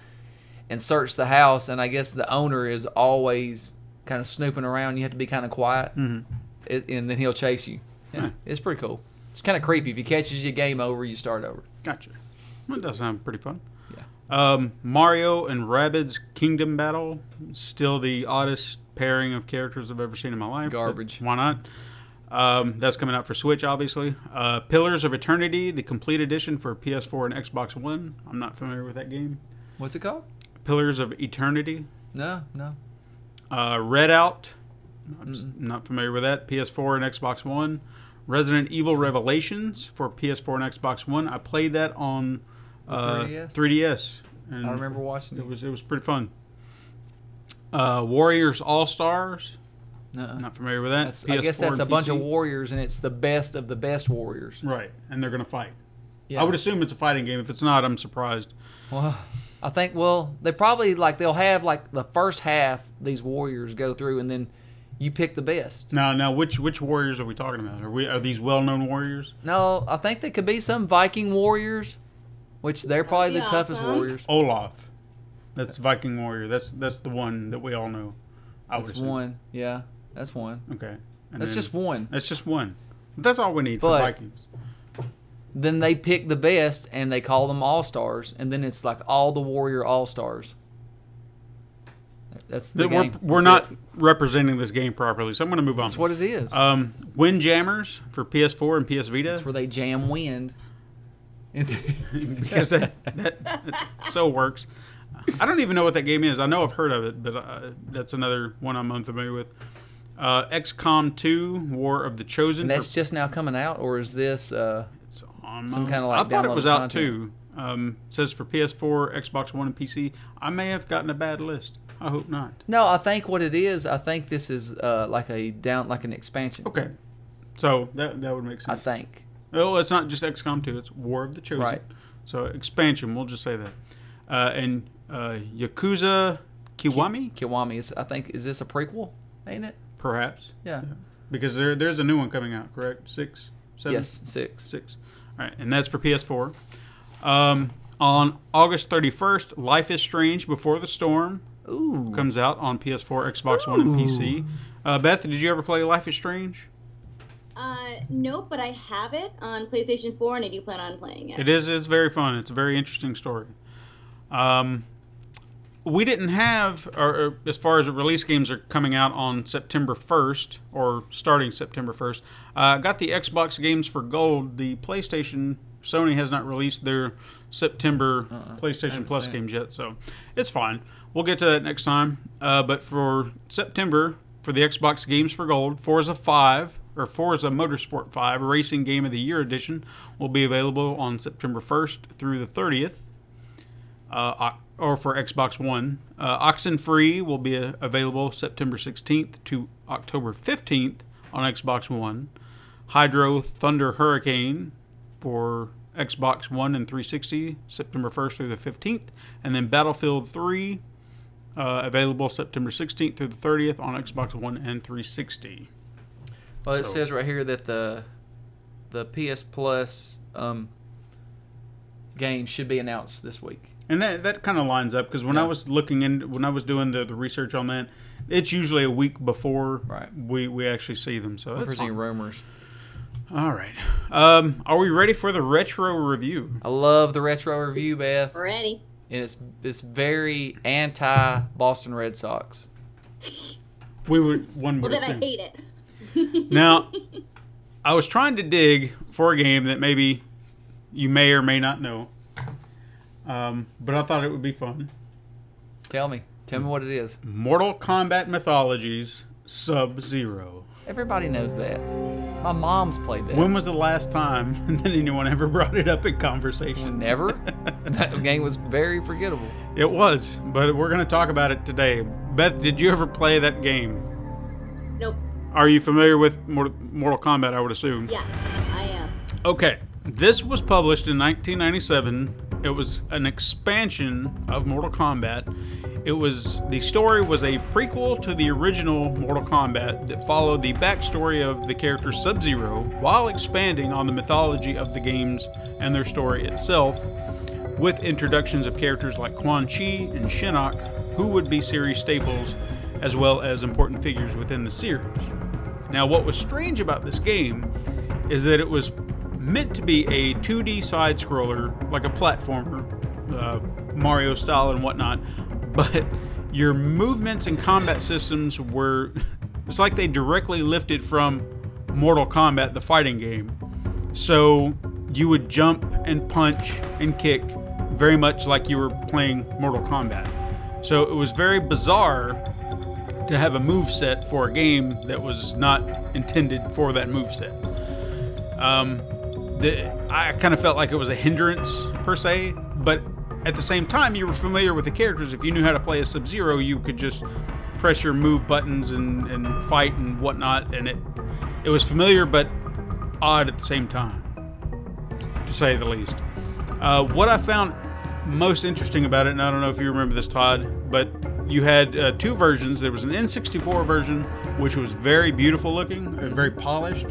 and search the house. And I guess the owner is always kind of snooping around. You have to be kind of quiet,
Mm-hmm.
it, and then he'll chase you. Yeah, it's pretty cool. It's kind of creepy. If he catches you, game over. You start over.
gotcha. Well, That does sound pretty fun.
Yeah.
Um, Mario and Rabbids Kingdom Battle. Still the oddest pairing of characters I've ever seen in my life. but
Garbage.
Why not? Um, that's coming out for Switch, obviously. Uh, Pillars of Eternity, the complete edition for PS4 and Xbox One. I'm not familiar with that game.
What's it called?
Pillars of Eternity.
No, no.
Uh, Redout. I'm s- not familiar with that. PS4 and Xbox One. Resident Evil Revelations for PS4 and Xbox One. I played that on uh,
3DS?
3DS. And
I remember watching
it
it.
was it was pretty fun. Uh, Warriors All Stars.
No.
Not familiar with that.
That's, I guess
PS4
that's a
and
bunch
PC.
of warriors, and it's the best of the best warriors.
Right, and they're gonna fight.
Yeah.
I would assume it's a fighting game. If it's not, I'm surprised.
Well, I think well they probably like they'll have like the first half these warriors go through, and then you pick the best.
Now, now, which which warriors are we talking about? Are we are these well-known warriors?
No, I think they could be some Viking warriors, which they're probably the
Yeah,
toughest
huh?
warriors.
Olaf, that's Viking warrior. That's that's the one that we all know. I would
That's
assume.
one. Yeah, that's one.
Okay, and
That's
then-
just one.
That's just one. That's all we need
But-
for Vikings.
Then they pick the best, and they call them all stars, and then it's like all the warrior all stars. That's the
That we're
game.
we're
That's
not
it.
representing this game properly, so I'm going to move on.
That's what it is.
Um, Windjammers for PS4 and PS Vita.
That's where they jam wind.
because that, that, that so works. I don't even know what that game is. I know I've heard of it, but uh, that's another one I'm unfamiliar with. Uh, XCOM 2, War of the Chosen.
And
for-
that's just now coming out, or is this? Uh,
it's on
some
my-
kinda, like,
I thought it was
downloadable
out too. Um, says for PS4, Xbox One, and PC. I may have gotten a bad list. I hope not.
no, I think what it is. I think this is uh, like a down, like an expansion.
Okay. So that that would make
I
sense.
think.
Oh, it's not just XCOM 2. It's War of the Chosen.
Right.
So expansion. We'll just say that. Uh, and uh, Yakuza Kiwami,
Kiwami is. I think is this a prequel? Ain't it?
perhaps,
Yeah.
because there there's a new one coming out. Correct? Six, seven,
Yes. Six.
six. All right, and that's for PS4. Um, on August 31st, Life is Strange: Before the Storm
Ooh.
comes out on PS4, Xbox One, and PC. Uh, Beth, did you ever play Life is Strange?
Uh, nope, but I have it on PlayStation 4 and I do plan on playing it.
It is. It's very fun. It's a very interesting story. Um, we didn't have, or, or as far as the release games are coming out on September 1st or starting September 1st. Uh, got the Xbox games for gold. The PlayStation, Sony has not released their September PlayStation Plus
Uh-uh. seen it.
games yet, so it's fine. We'll get to that next time. Uh, but for September, for the Xbox games for gold, Forza 5 or Forza Motorsport 5 Racing Game of the Year edition will be available on September 1st through the 30th uh, Oc- or for Xbox One. Uh, Oxenfree will be uh, available September 16th to October 15th on Xbox One. Hydro Thunder Hurricane for Xbox One and 360 September 1st through the 15th, and then Battlefield 3 uh, available September 16th through the 30th on Xbox One and 360.
Well, it
So-
says right here that the the PS Plus um, game should be announced this week.
And that, that kind of lines up because when I was looking in, when I was doing the, the research on that, it's usually a week before
Right.
we, we actually see them. So
If
that's
there's any
fine.
rumors,
All right. Um, are we ready for the retro review?
I love the retro review, Beth, and
Ready?
it's it's very anti Boston Red Sox.
We would one
Well,
would
then I
assume.
hate it.
Now, I was trying to dig for a game that maybe you may or may not know, um, but I thought it would be fun.
Tell me, tell me what it is.
Mortal Kombat Mythologies Sub Zero.
Everybody knows that. My mom's played that.
When was the last time that anyone ever brought it up in conversation?
Never. that game was very forgettable.
It was, but we're going to talk about it today. Beth, did you ever play that game?
Nope.
Are you familiar with Mor- Mortal Kombat? I would assume.
Yeah, I um, am.
Okay, this was published in 1997. It was an expansion of Mortal Kombat. It was the story was a prequel to the original Mortal Kombat that followed the backstory of the character Sub-Zero while expanding on the mythology of the games and their story itself with introductions of characters like Quan Chi and Shinnok who would be series staples as well as important figures within the series. Now, what was strange about this game is that it was meant to be a 2D side scroller, like a platformer, uh, Mario style and whatnot, but your movements and combat systems were. It's like they directly lifted from Mortal Kombat, the fighting game. So you would jump and punch and kick very much like you were playing Mortal Kombat. So it was very bizarre to have a move set for a game that was not intended for that move set. Um, the, I kind of felt like it was a hindrance per se, but at the same time, you were familiar with the characters. If you knew how to play a Sub Zero, you could just press your move buttons and, and fight and whatnot, and it it was familiar but odd at the same time, to say the least. Uh, what I found most interesting about it, and I don't know if you remember this, Todd, but you had uh, two versions. There was an N64 version, which was very beautiful looking, uh, very polished,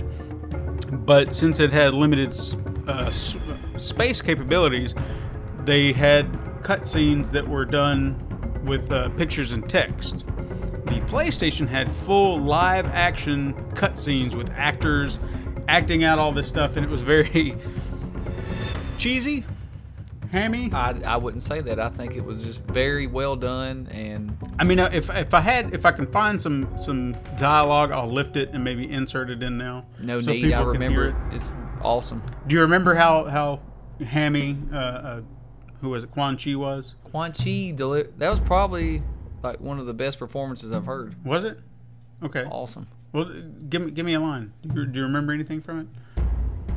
but since it had limited s- uh, s- space capabilities, they had cutscenes that were done with uh, pictures and text. The PlayStation had full live action cutscenes with actors acting out all this stuff, and it was very cheesy, hammy.
I, I wouldn't say that. I think it was just very well done and
I mean, uh, if, if I had, if I can find some some dialogue, I'll lift it and maybe insert it in now.
no
so
need.
people
I
can hear
remember
it.
it. It's awesome.
Do you remember how how hammy uh, uh, who was it Quan Chi was?
Quan Chi deli- that was probably like one of the best performances I've heard.
Was it? Okay.
Awesome.
Well, give me give me a line. Do you, do you remember anything from it?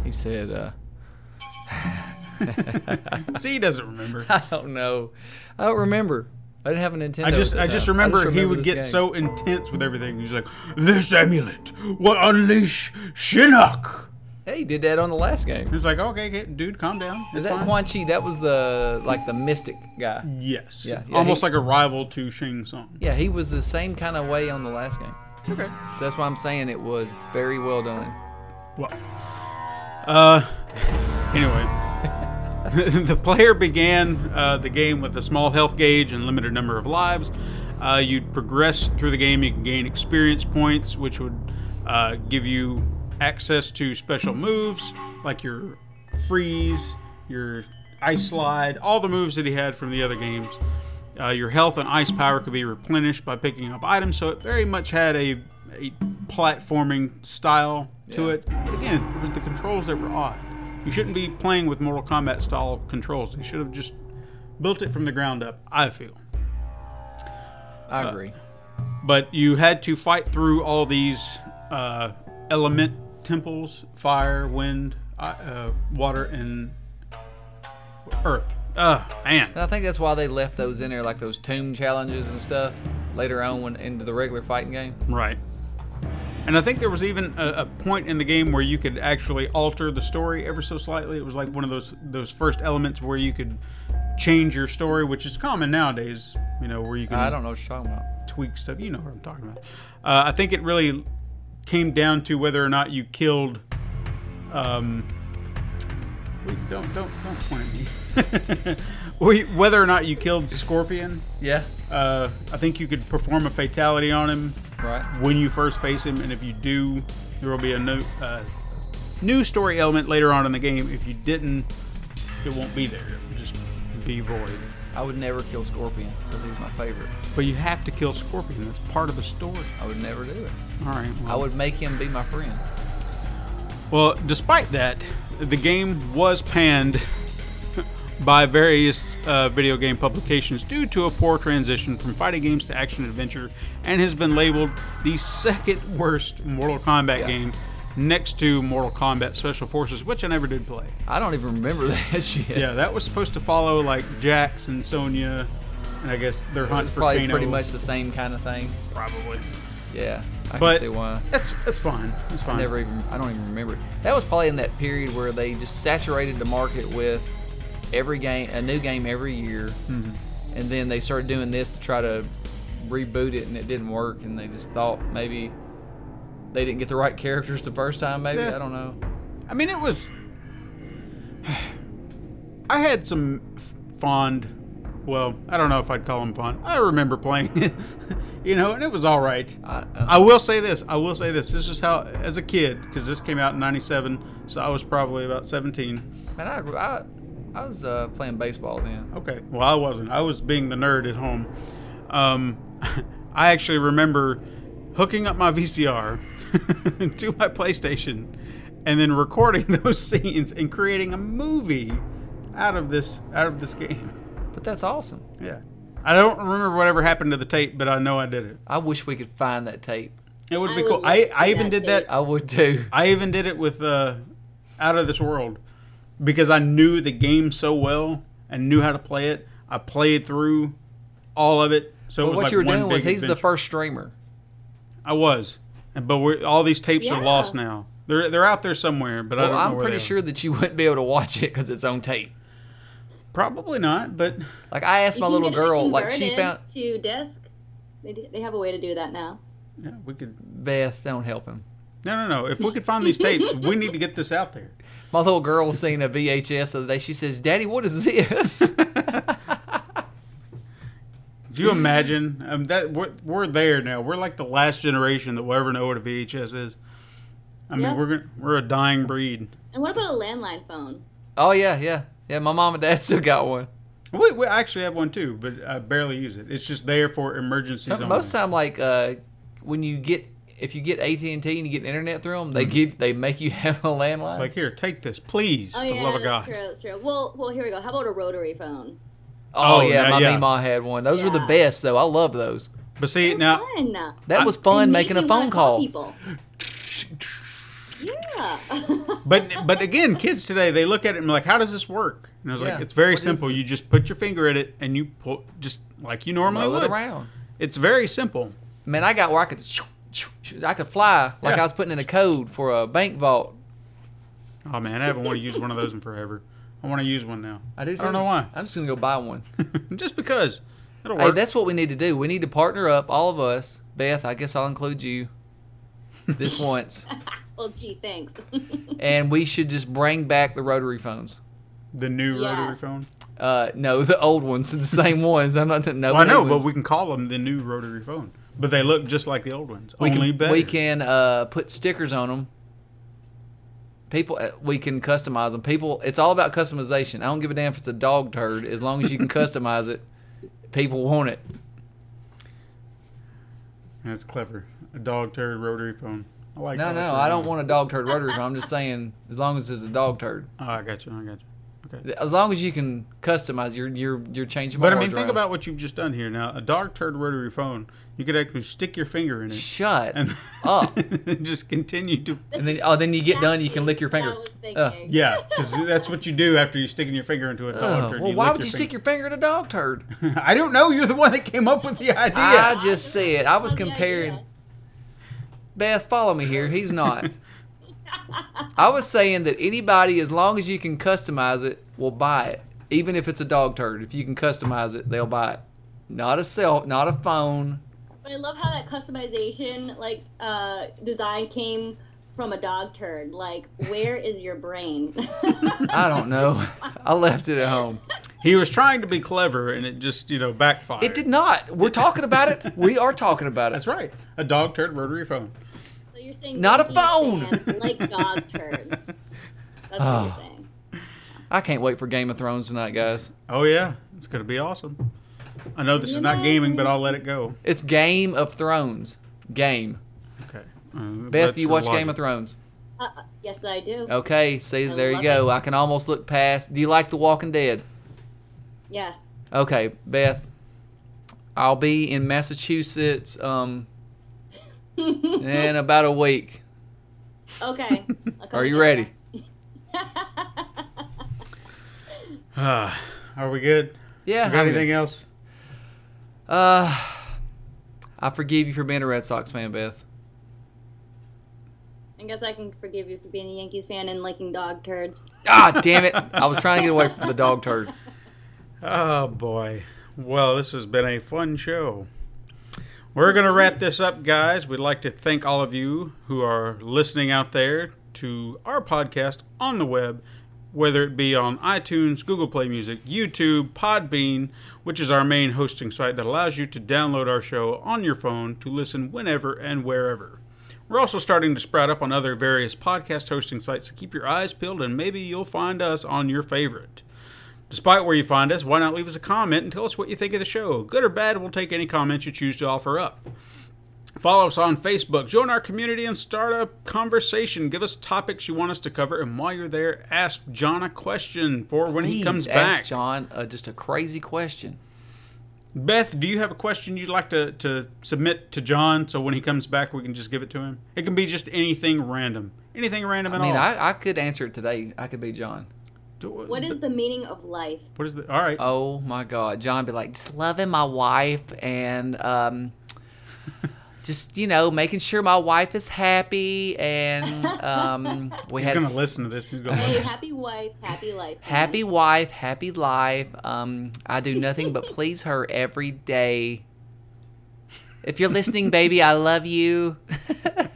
He said, uh,
See, he doesn't remember.
I don't know. I don't remember. I didn't have a Nintendo.
I
at
just
the
I just
time.
remember, he
this
would get
game.
so intense with everything. He's like, "This amulet will unleash Shinnok."
Hey, he did that on the last game.
He's like, "Okay, okay, dude, calm down."
Is
It's
that
fine."
Quan Chi? That was the like the mystic guy.
Yes.
Yeah, yeah,
Almost
he-
like a rival to Shing Tsung.
Yeah, he was the same kind of way on the last game.
Okay.
So that's why I'm saying it was very well done.
Well, uh, anyway, the player began uh, the game with a small health gauge and limited number of lives. Uh, you'd progress through the game. You can gain experience points, which would uh, give you access to special moves like your freeze, your ice slide, all the moves that he had from the other games. Uh, your health and ice power could be replenished by picking up items, so it very much had a, a platforming style to
Yeah.
it. But again, it was the controls that were odd. You shouldn't be playing with Mortal Kombat style controls. They should have just built it from the ground up, I feel.
I
Uh,
agree.
But you had to fight through all these uh, element temples fire, wind, i- uh, water, and earth. Uh, man.
and I think that's why they left those in there, like those tomb challenges and stuff, later on when into the regular fighting game.
Right. And I think there was even a, a point in the game where you could actually alter the story ever so slightly. It was like one of those those first elements where you could change your story, which is common nowadays. You know, where you can
I don't know what you're talking about.
tweak stuff. You know what I'm talking about. Uh, I think it really came down to whether or not you killed. Um, wait, don't don't don't point at me. We- whether or not you killed Scorpion,
Yeah.
uh, I think you could perform a fatality on him
Right.
when you first face him, and if you do, there will be a new, uh, new story element later on in the game. If you didn't, it won't be there. It'll just be void.
I would never kill Scorpion because he's my favorite.
But you have to kill Scorpion. That's part of the story.
I would never do it.
All right. Well,
I would make him be my friend.
well despite that, the game was panned by various uh, video game publications due to a poor transition from fighting games to action adventure, and has been labeled the second worst Mortal Kombat
Yeah.
game. Next to Mortal Kombat Special Forces, which I never did play.
I don't even remember that shit.
Yeah, that was supposed to follow like Jax and Sonya, and I guess their hunt
It's
for
probably
Kano.
pretty much the same kind of thing.
probably.
Yeah. I
But-
can see why.
That's that's fine. That's fine.
Never even. I don't even remember. That was probably in that period where they just saturated the market with every game, a new game every year,
Mm-hmm.
and then they started doing this to try to reboot it, and it didn't work. And they just thought maybe they didn't get the right characters the first time. Maybe
Yeah.
I don't know.
I mean, it was. I had some f- fond. Well, I don't know if I'd call them fond. I remember playing it, you know, and it was all right.
I, uh,
I will say this. I will say this. This is how, as a kid, because this came out in '97, so I was probably about 17.
man, I, I, I was uh, playing baseball then.
Okay. Well, I wasn't. I was being the nerd at home. Um, I actually remember hooking up my VCR to my PlayStation and then recording those scenes and creating a movie out of this out of this game.
But that's awesome.
Yeah. I don't remember whatever happened to the tape, but I know I did it.
I wish we could find that tape.
It would
I
be
would
cool.
love
I,
to
I
see
even
that
did
tape.
that
I would too.
I even did it with uh, Out of This World because I knew the game so well and knew how to play it. I played through all of it. So it
But
was
what
like
you were
one
doing was
big
he's the
adventure.
first streamer.
I was, And- but we're, all these tapes are
Yeah.
lost now. They're they're out there somewhere, but I
Well,
don't know
I'm
where
pretty
they are.
sure that you wouldn't be able to watch it because it's on tape.
Probably not, but
Like I asked my
You can
little
get it
girl, like she
converted
found
to disc. They, do- they have a way to do that now.
yeah, we could.
Beth, don't help him.
No, no, no. If we could find these tapes, we need to get this out there.
My little girl seen a VHS the other day. She says, "Daddy, what is this?"
Do you imagine? Um, that we're, we're there now. We're like the last generation that will ever know what a VHS is. I mean,
Yeah.
we're gonna, we're a dying breed.
And what about a landline phone?
oh yeah, yeah, yeah. My mom and dad still got one.
We, we actually have one too, but I barely use it. It's just there for emergencies.
Some-
only.
most of the time, like uh, when you get if you get AT and T and you get internet through them, they give they make you have a landline.
Mm-hmm. like here, take this, please,
Oh
for the
yeah,
love of God.
that's true. That's true. Well, well, here we go. How about a rotary phone?
oh,
oh,
yeah,
yeah,
my
yeah.
Mima had one. Those were the
Yeah.
best though. I love those.
But see now,
fun.
That
I-
was
It
fun
made
making
me
a
wanna
phone
call
call.
people. Yeah.
but but again, kids today they look at it and be like, how does this work? And I was
Yeah.
like, it's very
What is
simple.
this?
You just put your finger at it and you pull just like you normally
Blow it
would.
around.
It's very simple.
Man, I got where I could shoo, shoo, shoo, I could fly like
Yeah.
I was putting in a code for a bank vault.
Oh man, I haven't want to use one of those in forever. I want to use one now.
I do.
I don't know why.
I'm just gonna go buy one.
just because it'll
hey,
work.
that's what we need to do. We need to partner up, all of us. Beth, I guess I'll include you. This once,
well, gee, thanks.
and we should just bring back the rotary phones.
the new
Yeah.
rotary phone.
Uh, no, the old ones, the same ones. I'm not no.
Well, I
new
know, but
ones.
we can call them the new rotary phone. But they look just like the old ones.
we
only
can
better.
we can uh, put stickers on them. People, uh, we can customize them. People, it's all about customization. I don't give a damn if it's a dog turd. As long as you can customize it, people want it.
That's clever. A dog turd rotary phone. I like that.
No, no, I don't want a dog turd rotary. phone. I'm just saying, as long as there's a dog turd,
Oh, I got you. I got you. Okay.
as long as you can customize, you're you're you're changing. my
But I mean,
words
think
around.
about what you've just done here. Now, a dog turd rotary phone, you could actually stick your finger in it
shut
and Oh.
up,
just continue to.
and then oh, then you get done, you can lick your
That's
finger.
what I was
Uh,
thinking.
Yeah, because that's what you do after you're sticking your finger into a dog
Oh,
turd.
well, why would you stick your finger in a dog turd?
your? I don't know. You're the one that came up with the idea.
I just said I was
Love the
comparing.
idea.
Beth, follow me here. He's not. I was saying that anybody, as long as you can customize it, will buy it. Even if it's a dog turd, if you can customize it, they'll buy it. Not a cell, not a phone.
But I love how that customization, like, uh, design came from a dog turd. Like, where is your brain?
I don't know. I left it at home.
He was trying to be clever, and it just you know backfired.
It did not. We're talking about it. We are talking about
That's
it.
right. A dog turd rotary phone.
so you're saying
Not a
you
phone. Ah.
can, like dog turd. That's what you're saying.
I can't wait for Game of Thrones tonight, guys.
Oh yeah, it's gonna be awesome. I know this is not gaming, but I'll let it go.
It's Game of Thrones. Game.
Okay. Uh,
Beth,
that's
you
your
watch Game
logic.
of Thrones?
Uh, uh, yes, I do.
Okay. See,
I
there you
love
go. I can almost look past. Do you like The Walking Dead?
Yes.
Okay, Beth. I'll be in Massachusetts um in about a week.
Okay. I'll come
Are you
get
ready?
Ah, are we good?
Yeah.
You got
I'm
anything
good.
else?
Uh I forgive you for being a Red Sox fan, Beth.
I guess I can forgive you for being a Yankees fan and liking dog turds.
Ah, damn it. I was trying to get away from the dog turd.
Oh boy. Well, this has been a fun show. We're going to wrap this up, guys. We'd like to thank all of you who are listening out there to our podcast on the web, whether it be on iTunes, Google Play Music, YouTube, Podbean, which is our main hosting site that allows you to download our show on your phone to listen whenever and wherever. We're also starting to sprout up on other various podcast hosting sites, so keep your eyes peeled and maybe you'll find us on your favorite. Despite where you find us, why not leave us a comment and tell us what you think of the show? Good or bad, we'll take any comments you choose to offer up. Follow us on Facebook, join our community, and start a conversation. Give us topics you want us to cover, and while you're there, ask John a question for when he
Please
comes
ask
back.
John uh, just a crazy question.
Beth, do you have a question you'd like to, to submit to John so when he comes back we can just give it to him? It can be just anything random. Anything random
I
at
mean,
all.
I, I could answer it today. I could be John.
Do- uh,
What is the meaning of life?
What is the. All right.
Oh my God, John be like just loving my wife and um, just you know making sure my wife is happy and um, we
He's
had
going to
f-
listen to this. He's going to
Hey,
listen.
happy wife, happy life.
happy wife, happy life. Um, I do nothing but please her every day. If you're listening, baby, I love you.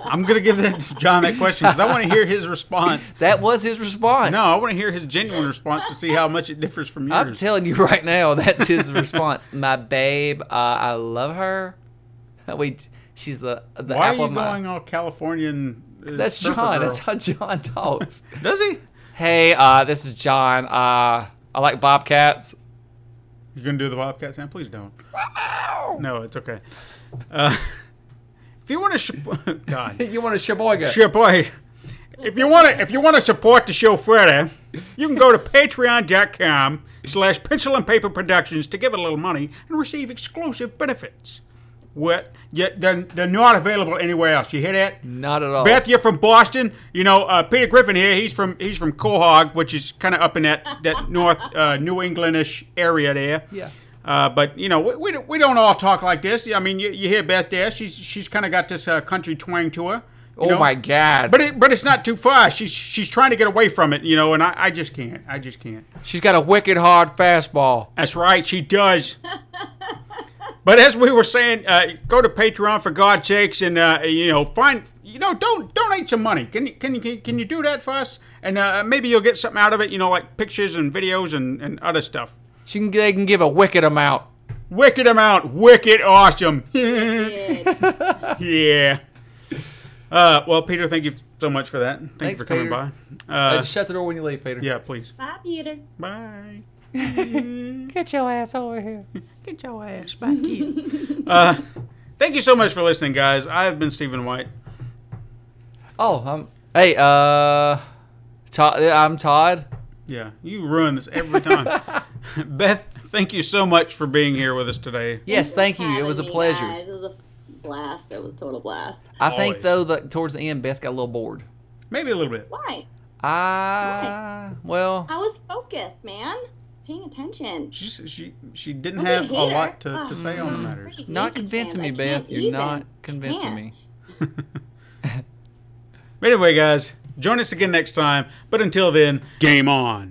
I'm going to give that to John that question because I want to hear his response.
that was his response.
No, I want to hear his genuine response to see how much it differs from
I'm
yours.
telling you right now, that's his response. My babe, uh, I love her. Wait, she's the the
Why are
apple
you
of my.
going all Californian? uh,
That's
surfer
John.
girl?
That's how John talks.
Does he?
hey, uh, this is John. Uh, I like Bobcats.
You gonna do the Bobcat sound? Please don't. No, it's okay. Uh, if you want to, sh- God,
You want a Sheboygan?
Sure, boy. If you want to, if you want to support the show further, you can go to patreon.com slash pencil and paper productions to give a little money and receive exclusive benefits. What? Yeah, they're, they're not available anywhere else. You hear that?
Not at all.
Beth, you're from Boston. You know, uh, Peter Griffin here. He's from he's from Quahog, which is kind of up in that that north uh, New Englandish area there.
Yeah.
Uh, but you know, we, we, don't- we don't all talk like this. I mean, you, you hear Beth there. She's she's kind of got this uh, country twang to her. you
oh
know?
my god.
But it, but it's not too far. She's she's trying to get away from it, you know, and I, I just can't. I just can't.
She's got a wicked hard fastball.
That's right, she does. but as we were saying, uh, go to Patreon for God's sakes, and uh, you know, find you know, don't donate some money. Can you can you can you do that for us? And uh, maybe you'll get something out of it, you know, like pictures and videos and, and other stuff.
She can they can give a wicked amount.
Wicked amount, wicked awesome.
Good.
yeah. Uh, well, Peter, thank you so much for that. Thank you
Thanks,
for coming
Peter.
by. Uh,
Just shut the door when you leave, Peter.
yeah, please.
Bye, Peter.
Bye.
Get your ass over here.
Get your ass back here. uh, thank you so much for listening, guys. I've been Stephen White.
Oh, um, hey, uh, Todd, I'm Todd.
Yeah, you ruin this every time. Beth, thank you so much for being here with us today.
Yes, thank you. It
Having
was a
me,
pleasure.
guys. It was a blast. It was a total blast.
I think
Always.
though that towards the end, Beth got a little bored.
Maybe a little bit.
Why?
I Ah, well,
I was focused, man. Paying attention.
She s- she she didn't
Nobody
have a
hate her.
lot to,
Oh,
to say on the matters.
freaking
not
Yankees
convincing me,
fans, I
Beth.
can't
You're
even.
not convincing
can't.
me.
But anyway, guys, join us again next time. But until then, game on.